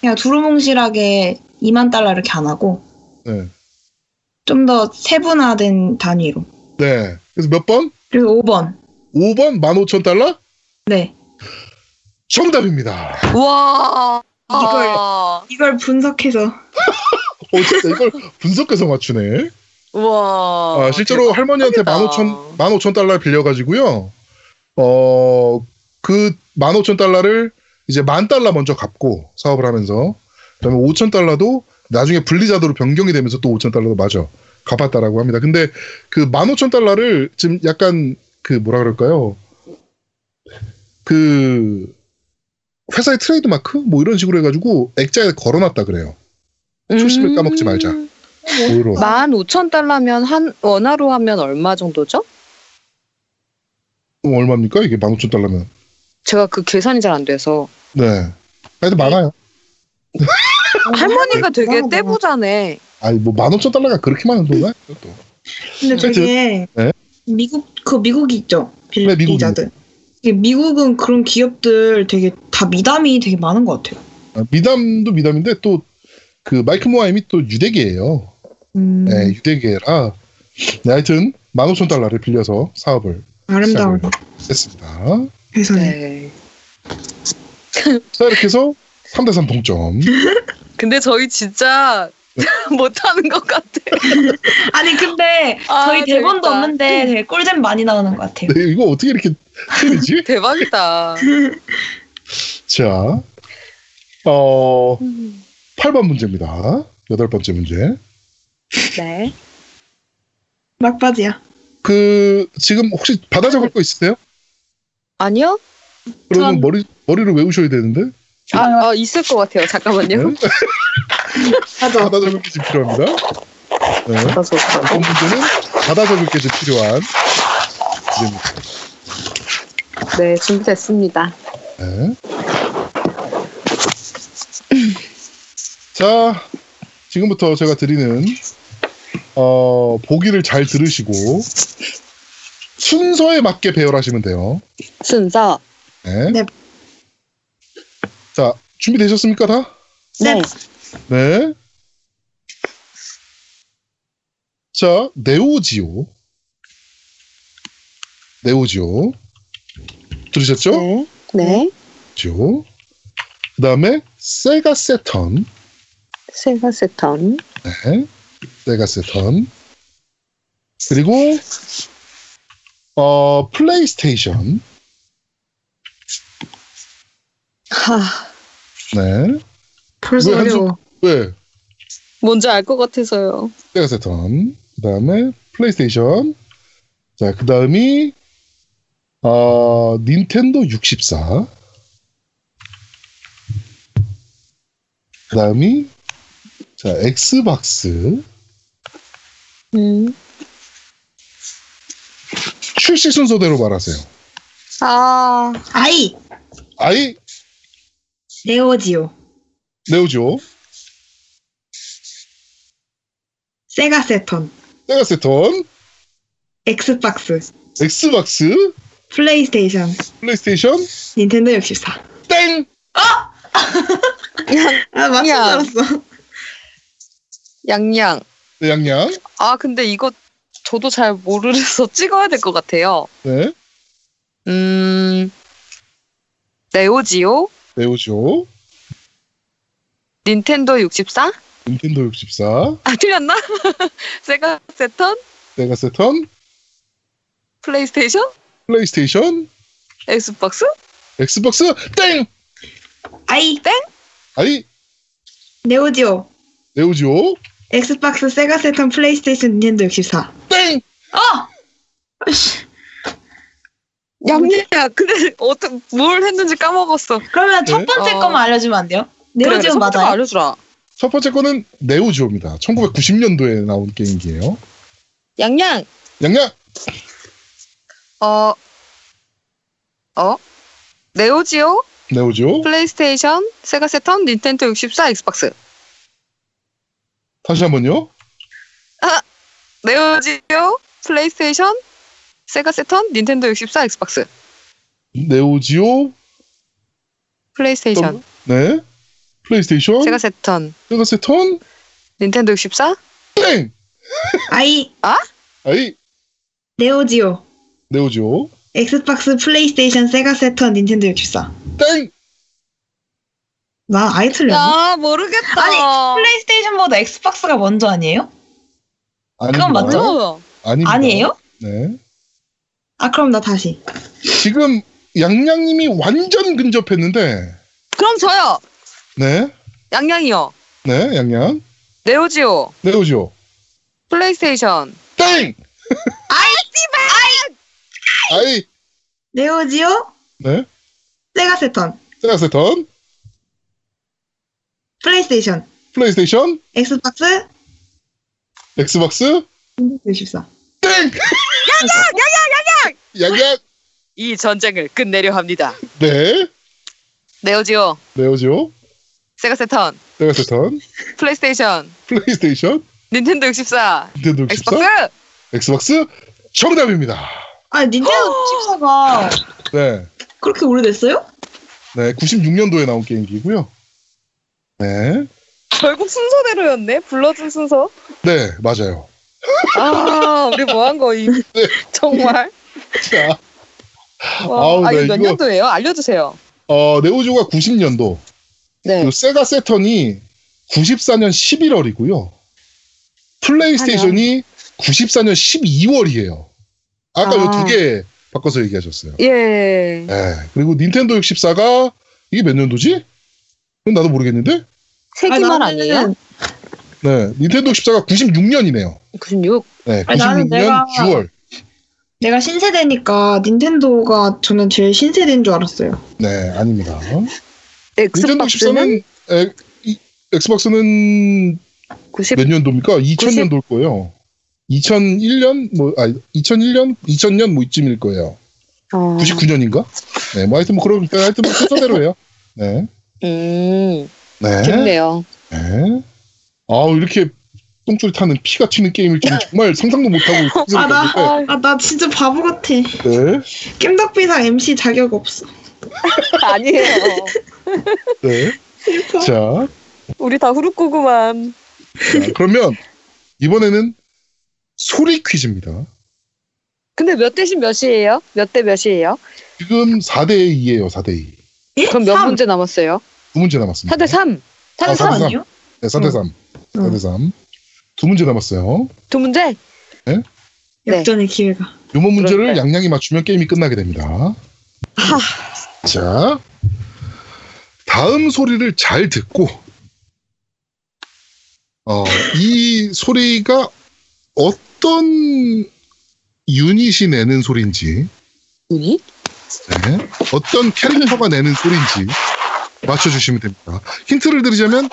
그냥 두루뭉실하게 2만 달러 이렇게 안 하고
네.
좀 더 세분화된 단위로.
네. 그래서 몇 번?
그래서 5번.
5번 15,000달러?
네.
정답입니다.
와. 아.
이걸- 이걸 분석해서
어, 진짜 이걸 분석해서 맞추네.
와. 어,
아, 실제로 할머니한테
대박이다.
15,000, 15,000달러 빌려가지고요. 어, 그 15,000달러를 이제 만 달러 먼저 갚고 사업을 하면서 그다음에 5,000달러도 나중에 분리자도로 변경이 되면서 또 5,000달러도 마저 갚았다라고 합니다. 근데 그 15,000달러를 지금 약간 그 뭐라 그럴까요? 그 회사의 트레이드 마크 뭐 이런 식으로 해가지고 액자에 걸어놨다 그래요. 뭐 초심을 까먹지 말자.
네.
오히려.
음. 15,000달러면 한 원화로 하면 얼마 정도죠?
어, 얼마입니까? 이게 15,000달러면.
제가 그 계산이 잘 안 돼서
네. 하여튼 많아요.
아, 네.
할머니가 되게
이상하다.
떼부자네.
아니 뭐 만오천 달러가 그렇게 많은 돈가? 또.
근데 되게
네.
미국 그 미국이 있죠.
네, 미국이.
빌리자들. 이게 미국은 그런 기업들 되게 다 미담이 되게 많은 것 같아요.
아, 미담도 미담인데 또 그 마이크 모하임이 또 유대계예요.
음,
네, 유대계라. 네, 하여튼 만오천 달러를 빌려서 사업을
아름다운
했습니다.
회사네.
네.
자 이렇게 해서 3대3 동점. 네,
근데 저희 진짜 못하는 것 같아.
아니 네. 근데
아,
저희 대본도
재밌다.
없는데 되게 꿀잼 많이 나오는 것 같아요.
네, 이거 어떻게 이렇게 틀리지?
대박이다.
자, 어 8번 문제입니다. 여덟 번째 문제.
네.
막바지야.
그 지금 혹시 받아 적을 거 있으세요?
아니요?
그러면
전-
머리 머리를 외우셔야 되는데.
아, 아, 있을 것 같아요. 잠깐만요.
네.
맞아.
받아 적을 게 지금 필요합니다. 네.
알아서 올게요.
이번 문제는 받아 적을 게 지금 필요한 문제입니다.
네, 준비됐습니다.
네. 자, 지금부터 제가 드리는 어, 보기를 잘 들으시고 순서에 맞게 배열하시면 돼요.
순서.
네.
네.
자, 준비되셨습니까, 다?
네.
네.
네. 자, 네오지오. 네오지오. 들으셨죠?
네.
어?
네.
지오. 그 다음에 세가 세턴.
세가 세턴.
네. 세가 세턴. 그리고, 어, 플레이스테이션.
하.
네.
벌써
왜 한숨-
어려워.
왜?
뭔지 알 것 같아서요.
세가 세턴. 그 다음에 플레이스테이션. 자, 그 다음이, 어, 닌텐도 64. 그 다음이, 자, 엑스박스.
음.
출시 순서대로 말하세요.
아.
아이
아이,
네오지오
네오지오,
세가 세턴
세가 세턴,
엑스박스
엑스박스,
플레이스테이션
플레이스테이션,
닌텐도 64.
땡!
아 맞는 줄
야.
알았어.
양양.
네, 양양.
아 근데 이거 저도 잘 모르서 찍어야 될 것 같아요.
네,
음. 네오지오.
네오지오,
닌텐도 64?
닌텐도 64,
아 틀렸나? 세가 세턴?
세가 세턴,
플레이스테이션?
플레이스테이션,
엑스박스?
엑스박스, 땡!
아이
아이,
네오지오
네오지오,
엑스박스 세가 세턴 플레이스테이션 닌텐도 64.
땡!
으쌰.
양양. 근데 어떤 뭘 했는지 까먹었어.
그러면
네?
첫 번째
어.
거만 알려주면 안 돼요? 네오지오
그래,
맞아요?
성적 알려주라.
첫 번째 거는 네오지오입니다. 1990년도에 나온 게임기예요.
양양.
양양!
어. 어? 네오지오?
네오지오,
플레이스테이션, 세가 세턴, 닌텐도 64, 엑스박스.
다시 한 번요.
네오지오, 플레이스테이션, 세가 세턴, 닌텐도 64, 엑스박스.
네오지오,
플레이스테이션,
네, 플레이스테이션,
세가 세턴,
세가 세턴,
닌텐도 64,
땡!
아이
아이,
네오지오
네오지오,
엑스박스 플레이스테이션 세가 세턴 닌텐도 64.
땡!
나 아이 틀렸나?
야, 모르겠다.
아니, 플레이스테이션보다 엑스박스가 먼저 아니에요?
아닙니다.
맞죠?
어?
아닙니다.
아니에요?
네.
아 그럼 나 다시.
지금 양양님이 완전 근접했는데,
그럼 저요.
네,
양양이요.
네, 양양,
네오지오,
네오지오,
플레이스테이션,
땡, 아이,
네오지오
네,
세가 세턴
세가세턴,
플레이스테이션
플레이스테이션,
엑스박스
엑스박스,
닌텐도 64.
땡, 양양, 양양, 양양,
이 전쟁을 끝내려 합니다.
네,
네오지오,
네오지오,
세가 세턴,
세가세턴,
플레이스테이션,
플레이스테이션,
닌텐도 64,
닌텐도 64,
엑스박스.
엑스박스, 정답입니다.
아 닌텐도 64가
네,
그렇게 오래됐어요?
네, 96년도에 나온 게임기고요. 네,
결국 순서대로였네. 불러준 순서.
네, 맞아요.
아, 우리 뭐 한 거이 정말.
자,
와,
아우,
아,
나
이거 몇
이거-
년도예요? 알려주세요.
어, 네오지오가 90년도,
네.
요 세가 세턴이 94년 11월이고요. 플레이스테이션이 94년 12월이에요. 아까
아.
요 두 개 바꿔서 얘기하셨어요.
예.
예. 그리고 닌텐도 64가 이게 몇 년도지? 그건 나도 모르겠는데.
세기만
나는-
아니에요?
네. 닌텐도 64가 96년이네요.
96.
네.
아니, 나는
96년
내가-
6월.
내가 신세대니까 닌텐도가 저는 제일 신세대인 줄 알았어요.
네, 아닙니다.
네,
닌텐도
엑스박스는
64는 에, 이- 엑스박스는
90.
몇 년도입니까? 2000년도일 거예요. 2001년 뭐 아 2001년 2000년 뭐 이쯤일 거예요.
어.
99년인가? 네, 뭐 하여튼 뭐 그런 하여튼 뭐 순서대로 해요. 네.
음,
네.
좋네요.
네. 아, 이렇게 똥줄 타는 피가 튀는 게임일 줄은 정말 상상도 못하고
아, 나,
있었는데.
아, 나 진짜 바보 같아.
네.
깸덕비상 MC 자격 없어.
아니에요.
네.
슬퍼.
자,
우리 다 후루꾸구만.
자, 그러면 이번에는 소리 퀴즈입니다.
근데 몇 대신 몇이에요? 몇 대 몇이에요?
지금 4대 2예요. 4대 2.
예?
그럼 몇
삼.
문제 남았어요?
두 문제 남았습니다.
4대 어. 3.
아, 삼.
4대 3.
삼.
아니요?
네, 4대 3. 4대 3. 두 문제 남았어요.
두 문제? 네.
역전의 기회가.
요번 문제를
그럴까요?
양양이 맞추면 게임이 끝나게 됩니다.
하.
자, 다음 소리를 잘 듣고, 어, 이 소리가 어떤 유닛이 내는 소리인지,
우리?
네, 어떤 캐릭터가 내는 소리인지 맞춰주시면 됩니다. 힌트를 드리자면,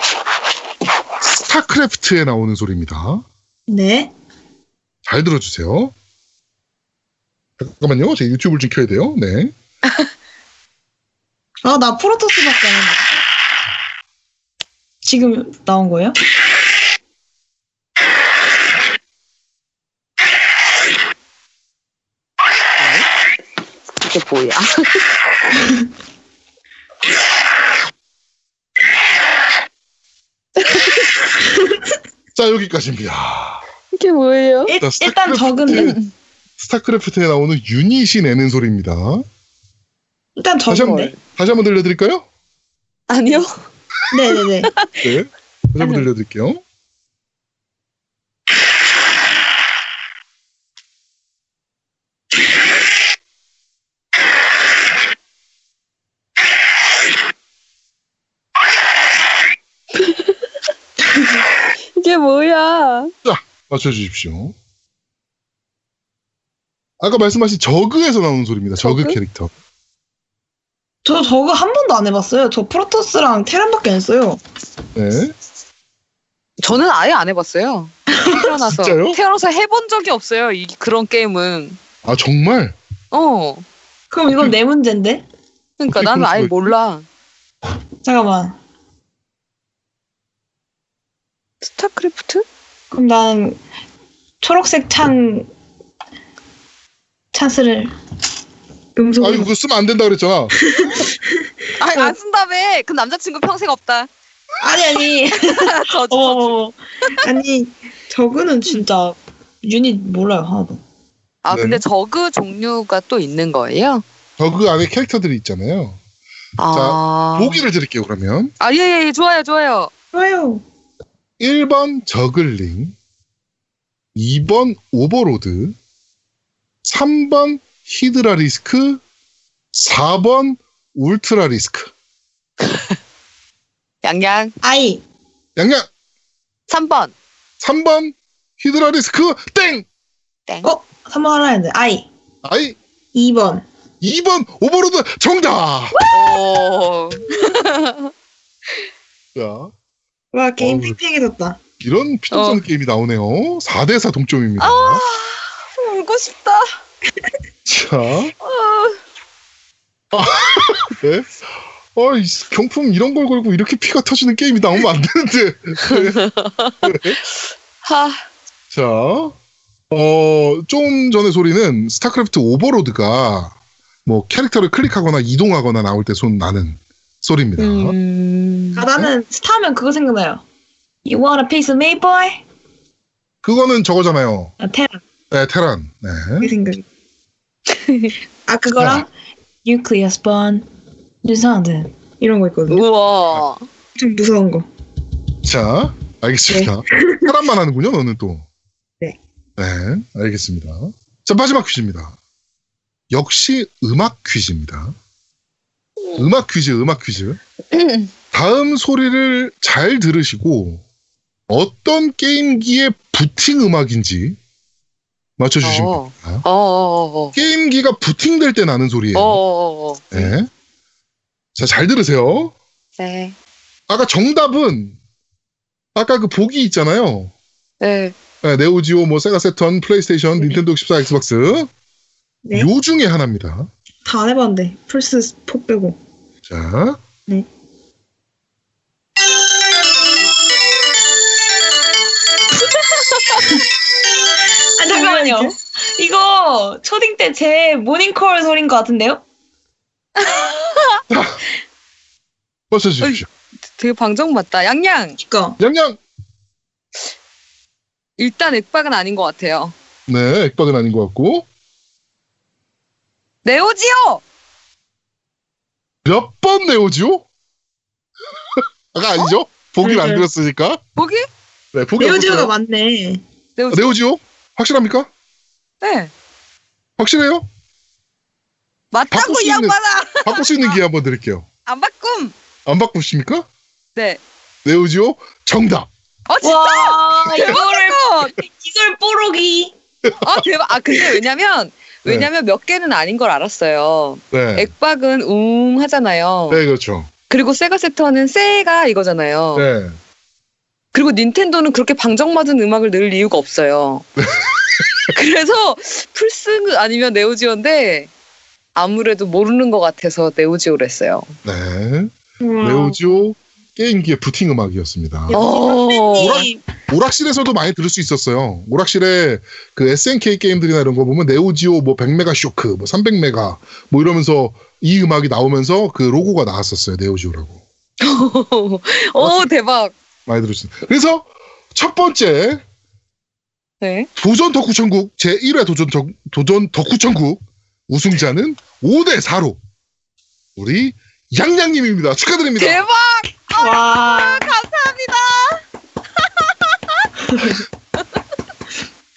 스타크래프트에 나오는 소리입니다.
네.
잘 들어주세요. 잠깐만요. 제 유튜브를 좀 켜야 돼요. 네.
아, 나 프로토스밖에 안 했는데. 지금 나온 거예요?
이게 뭐야?
자, 여기까지입니다.
이게 뭐예요?
일,
나
일단
스타크래프트- 음.
적은데. 네.
스타크래프트에 나오는 유닛이 내는 소리입니다.
일단
다시 한
적은데. 네.
번, 다시 한 번 들려드릴까요?
아니요.
네네네.
네. 다시 한 번 들려드릴게요.
이게 뭐야?
맞춰주십시오. 아까 말씀하신 저그에서 나오는 소리입니다. 저그,
저그?
캐릭터.
저 저거 한 번도 안 해봤어요. 저 프로토스랑 테란밖에 안 했어요.
네.
저는 아예 안 해봤어요. 태어나서
진짜요?
태어나서 해본 적이 없어요. 이 그런 게임은.
아, 정말?
어.
그럼 이건 내 문제인데?
그러니까
어떻게
나는
그럴
아예
수가 있지?
몰라.
잠깐만.
스타크래프트?
그럼 난 초록색 찬 찬스를 용서.
아니, 그거 쓰면 안 된다 그랬잖아.
아니 안 쓴다며. 그 남자친구 평생 없다.
아니 아니.
저, 저,
어. 아니 저거는 진짜 유닛 몰라요 하나도.
아
네.
근데 저그 종류가 또 있는 거예요?
저그 안에 캐릭터들이 있잖아요.
아.
보기를 드릴게요, 그러면.
아 예예 예, 좋아요 좋아요.
좋아요.
1번 저글링, 2번 오버로드, 3번 히드라 리스크, 4번 울트라 리스크.
양양
아이
양양
3번.
3번 히드라 리스크 땡!
어 3번 하나 했는데 아이
아이
2번
2번 오버로드 정답!
오.
자,
와 게임
어우.
팽팽해졌다.
이런 피통성
어.
게임이 나오네요. 4대4 동점입니다.
아. 울고 싶다.
자. 아, 네? 아, 이 경품 이런 걸 걸고 이렇게 피가 터지는 게임이 나오면 안 되는데.
하.
자, 어, 좀 전에 소리는 스타크래프트 오버로드가 뭐 캐릭터를 클릭하거나 이동하거나 나올 때 손 나는 소리입니다.
음.
아 나는 스타하면 그거 생각나요. You wanna piece of me, boy?
그거는 저거잖아요.
아, 테란
네, 테란. 네.
그 생각이. 아 그거랑 nuclear spawn, 뉴사운드 이런 거
어?
있거든요.
우와.
좀 무서운 거.
자, 알겠습니다.
네.
테란만 하는군요, 너는 또.
네.
네, 알겠습니다. 자, 마지막 퀴즈입니다. 역시 음악 퀴즈입니다. 음악 퀴즈, 음악 퀴즈. 다음 소리를 잘 들으시고 어떤 게임기의 부팅 음악인지 맞춰주시면
어.
됩니다.
어어어어.
게임기가 부팅될 때 나는 소리예요.
어어어어.
네. 자, 잘 들으세요.
네.
아까 정답은 아까 그 보기 있잖아요.
네.
네, 네오지오, 뭐 세가 세턴, 플레이스테이션, 닌텐도 64, 엑스박스
네.
요 중에 하나입니다.
다 안 해봤는데 플스 포 빼고.
자,
네. 아, 잠깐만요. 이거 초딩 때 제 모닝콜 소린 것 같은데요?
맞춰주십시오.
되게 방정 맞다. 양양
이거.
양양.
일단 액박은 아닌 것 같아요.
네, 액박은 아닌 것 같고
네오지오
몇 번 내오지요? 아까 아니죠? 보기를 안
네.
들었으니까.
보기?
네, 보기 안
레오지오가
들었어요.
맞네.
네오지오.
네오지오? 확실합니까? 아,
네.
확실해요? 바꿀
맞다고
수
이
있는-
양반아.
바꿀 수 있는 기회 한번 드릴게요.
안 바꿈.
안 바꾸십니까?
네.
네오지오 정답.
어 진짜
와 이거를
대박.
이걸 뽀록이.
아 대박. 아 근데 왜냐면
네.
왜냐면 몇 개는 아닌 걸 알았어요.
네.
액박은 웅 하잖아요.
네, 그렇죠.
그리고 세가 세터는 세가
어.
이거잖아요.
네.
그리고 닌텐도는 그렇게 방정맞은 음악을 넣을 이유가 없어요.
네.
그래서 플스 아니면 네오지오인데 아무래도 모르는 것 같아서 네오지오를 했어요.
네.
음. 어.
네오지오 게임기의 부팅 음악이었습니다.
야.
어.
이
오락실에서도 많이 들을 수 있었어요. 오락실에 그 SNK 게임들이나 이런 거 보면 네오지오 뭐 100메가 쇼크, 뭐 300메가 뭐 이러면서 이 음악이 나오면서 그 로고가 나왔었어요. 네오지오라고.
오 어, 대박.
많이 들을 수. 있어요. 그래서 첫 번째
네.
도전 덕후천국 제1회 도전, 덕, 도전 덕후천국 우승자는 5대 4로 우리 양양님입니다. 축하드립니다.
대박.
와.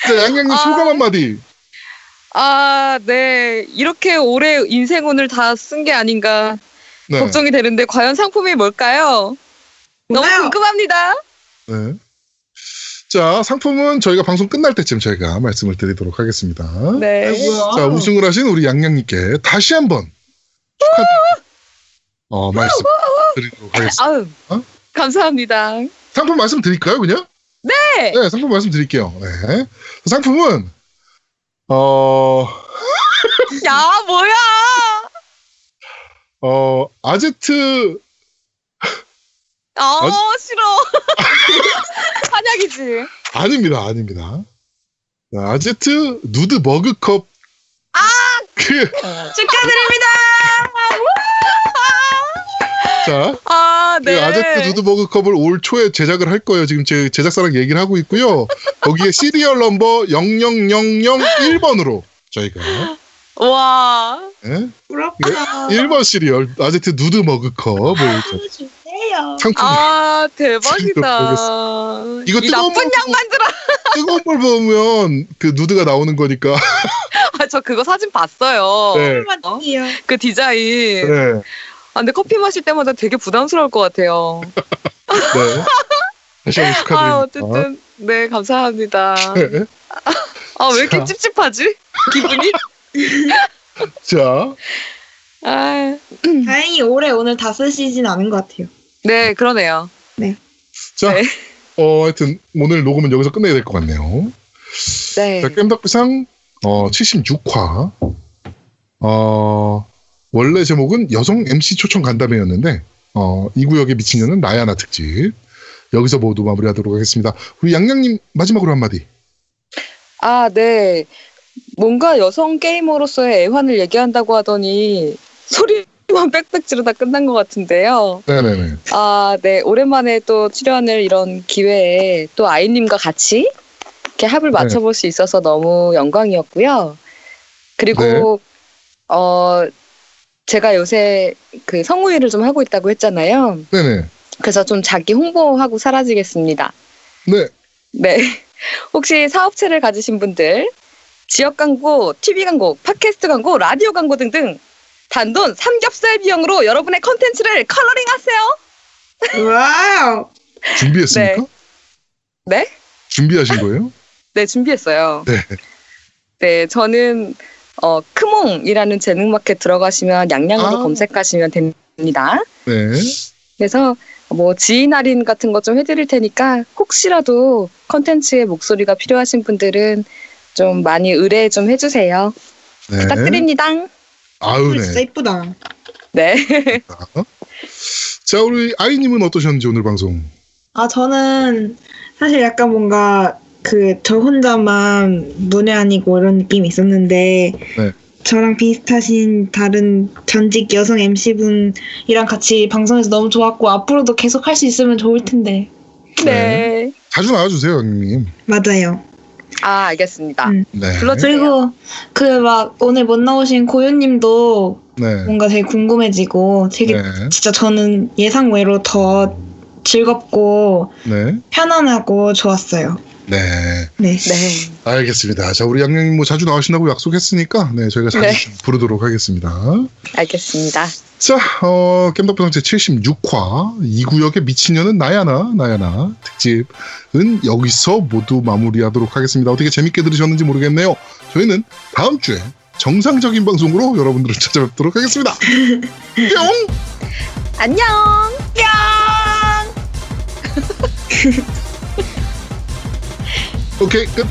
자, 양양님
아.
소감 한마디.
아 네. 이렇게 오래 인생운을 다 쓴 게 아닌가
네.
걱정이 되는데 과연 상품이 뭘까요? 너무 그-
몰라요.
궁금합니다.
네. 자, 상품은 저희가 방송 끝날 때쯤 저희가 말씀을 드리도록 하겠습니다.
네.
자, 우승을 하신 우리 양양님께 다시 한번 축하드립니다. 어, 말씀 드리도록 하겠습니다.
아우
어?
감사합니다.
상품 말씀 드릴까요, 그냥?
네.
네, 상품 말씀 드릴게요. 네. 상품은, 어,
야 뭐야?
어, 아제트,
아
어?
싫어. 한약이지.
아닙니다, 아닙니다. 자, 아제트 누드 머그컵. 아! 그,
축하드립니다.
자,
아
그
네.
아제트 누드 머그컵을 올 초에 제작을 할 거예요. 지금 제 제작사랑 얘기를 하고 있고요. 거기에 시리얼 넘버 00001번으로 저희가
와.
예?
부럽다.
1번 시리얼 아제트 누드 머그컵을 저-
주세요.
상품
아
지금도
대박이다.
이거
이
뜨거운
나쁜
물-
양반들아.
뜨거운 걸 보면 그 누드가 나오는 거니까.
아, 저 그거 사진 봤어요.
네.
만 주세요.
그 디자인.
네.
아, 근데 커피 마실 때마다 되게 부담스러울 것 같아요.
네. 다시 한번
아,
축하드립니다.
어쨌든 네 감사합니다.
네.
아 왜 이렇게
자.
찝찝하지? 기분이?
자,
아,
다행히 올해 오늘 다 쓰시진 않은 것 같아요.
네 그러네요.
자,
네.
어, 하여튼 오늘 녹음은 여기서 끝내야 될 것 같네요.
네.
자, 깸덕비상 어, 76화. 어, 원래 제목은 여성 MC 초청 간담회였는데, 어, 이 구역의 미친년은 나야나 특집. 여기서 모두 마무리하도록 하겠습니다. 우리 양양님 마지막으로 한마디.
아, 네. 뭔가 여성 게이머로서의 애환을 얘기한다고 하더니 소리만 빽빽 지르다 끝난 것 같은데요.
네네네.
아, 네. 오랜만에 또 출연을 이런 기회에 또 아이님과 같이 이렇게 합을 맞춰볼 수 있어서 너무 영광이었고요. 그리고, 어, 제가 요새 그 성우일을 좀 하고 있다고 했잖아요.
네네.
그래서 좀 자기 홍보하고 사라지겠습니다.
네.
네. 혹시 사업체를 가지신 분들, 지역 광고, TV 광고, 팟캐스트 광고, 라디오 광고 등등 단돈 삼겹살 비용으로 여러분의 컨텐츠를 컬러링 하세요.
음. 와우.
준비했습니까?
네. 네?
준비하신 거예요?
네, 준비했어요.
네.
네, 저는 어, 크몽이라는 재능 마켓 들어가시면 양양으로
아.
검색하시면 됩니다.
네.
그래서 뭐 지인 할인 같은 것 좀 해드릴 테니까 혹시라도 컨텐츠의 목소리가 필요하신 분들은 좀 많이 의뢰 좀 해주세요.
네.
부탁드립니다.
아유,
꿀 진짜
네.
이쁘다.
네.
자, 우리 아이님은 어떠셨는지 오늘 방송.
아 저는 사실 약간 뭔가 그 저 혼자만 문외 아니고 이런 느낌이 있었는데
네.
저랑 비슷하신 다른 전직 여성 MC분이랑 같이 방송해서 너무 좋았고 앞으로도 계속 할 수 있으면 좋을 텐데
네.
네.
자주 나와주세요, 형님.
맞아요.
아 알겠습니다.
음.
네.
불러주-
그리고 그 막 오늘 못 나오신 고윤님도
네.
뭔가 되게 궁금해지고 되게
네.
진짜 저는 예상 외로
어,
더 즐겁고
네.
편안하고 좋았어요.
네.
네.
네.
알겠습니다. 자, 우리 양양님 뭐 자주 나오신다고 약속했으니까, 네, 저희가 자주
네.
좀 부르도록 하겠습니다.
알겠습니다.
자, 어, 겜덕부상 제 76화, 이 구역의 미친년은 나야나, 나야나 특집은 여기서 모두 마무리하도록 하겠습니다. 어떻게 재밌게 들으셨는지 모르겠네요. 저희는 다음 주에 정상적인 방송으로 여러분들을 찾아뵙도록 하겠습니다. 뿅!
안녕. 뿅.
오케이, 끝.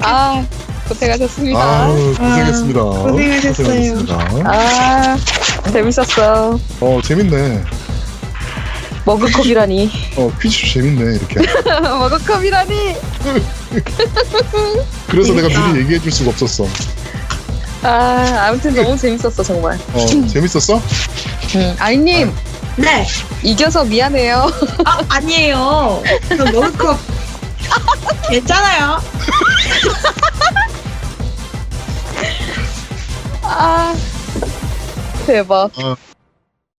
아 고생하셨습니다.
아, 고생했습니다.
고생하셨어요.
고생하셨습니다.
아 재밌었어.
어, 재밌네.
머그컵이라니.
어, 퀴즈 재밌네, 이렇게.
머그컵이라니.
그래서 내가
재밌다.
미리 얘기해 줄 수가 없었어.
아 아무튼 너무 재밌었어 정말.
어, 재밌었어?
음, 아이님
네.
이겨서 미안해요.
아 아니에요. 저 머그컵 괜찮아요.
아 대박.
아,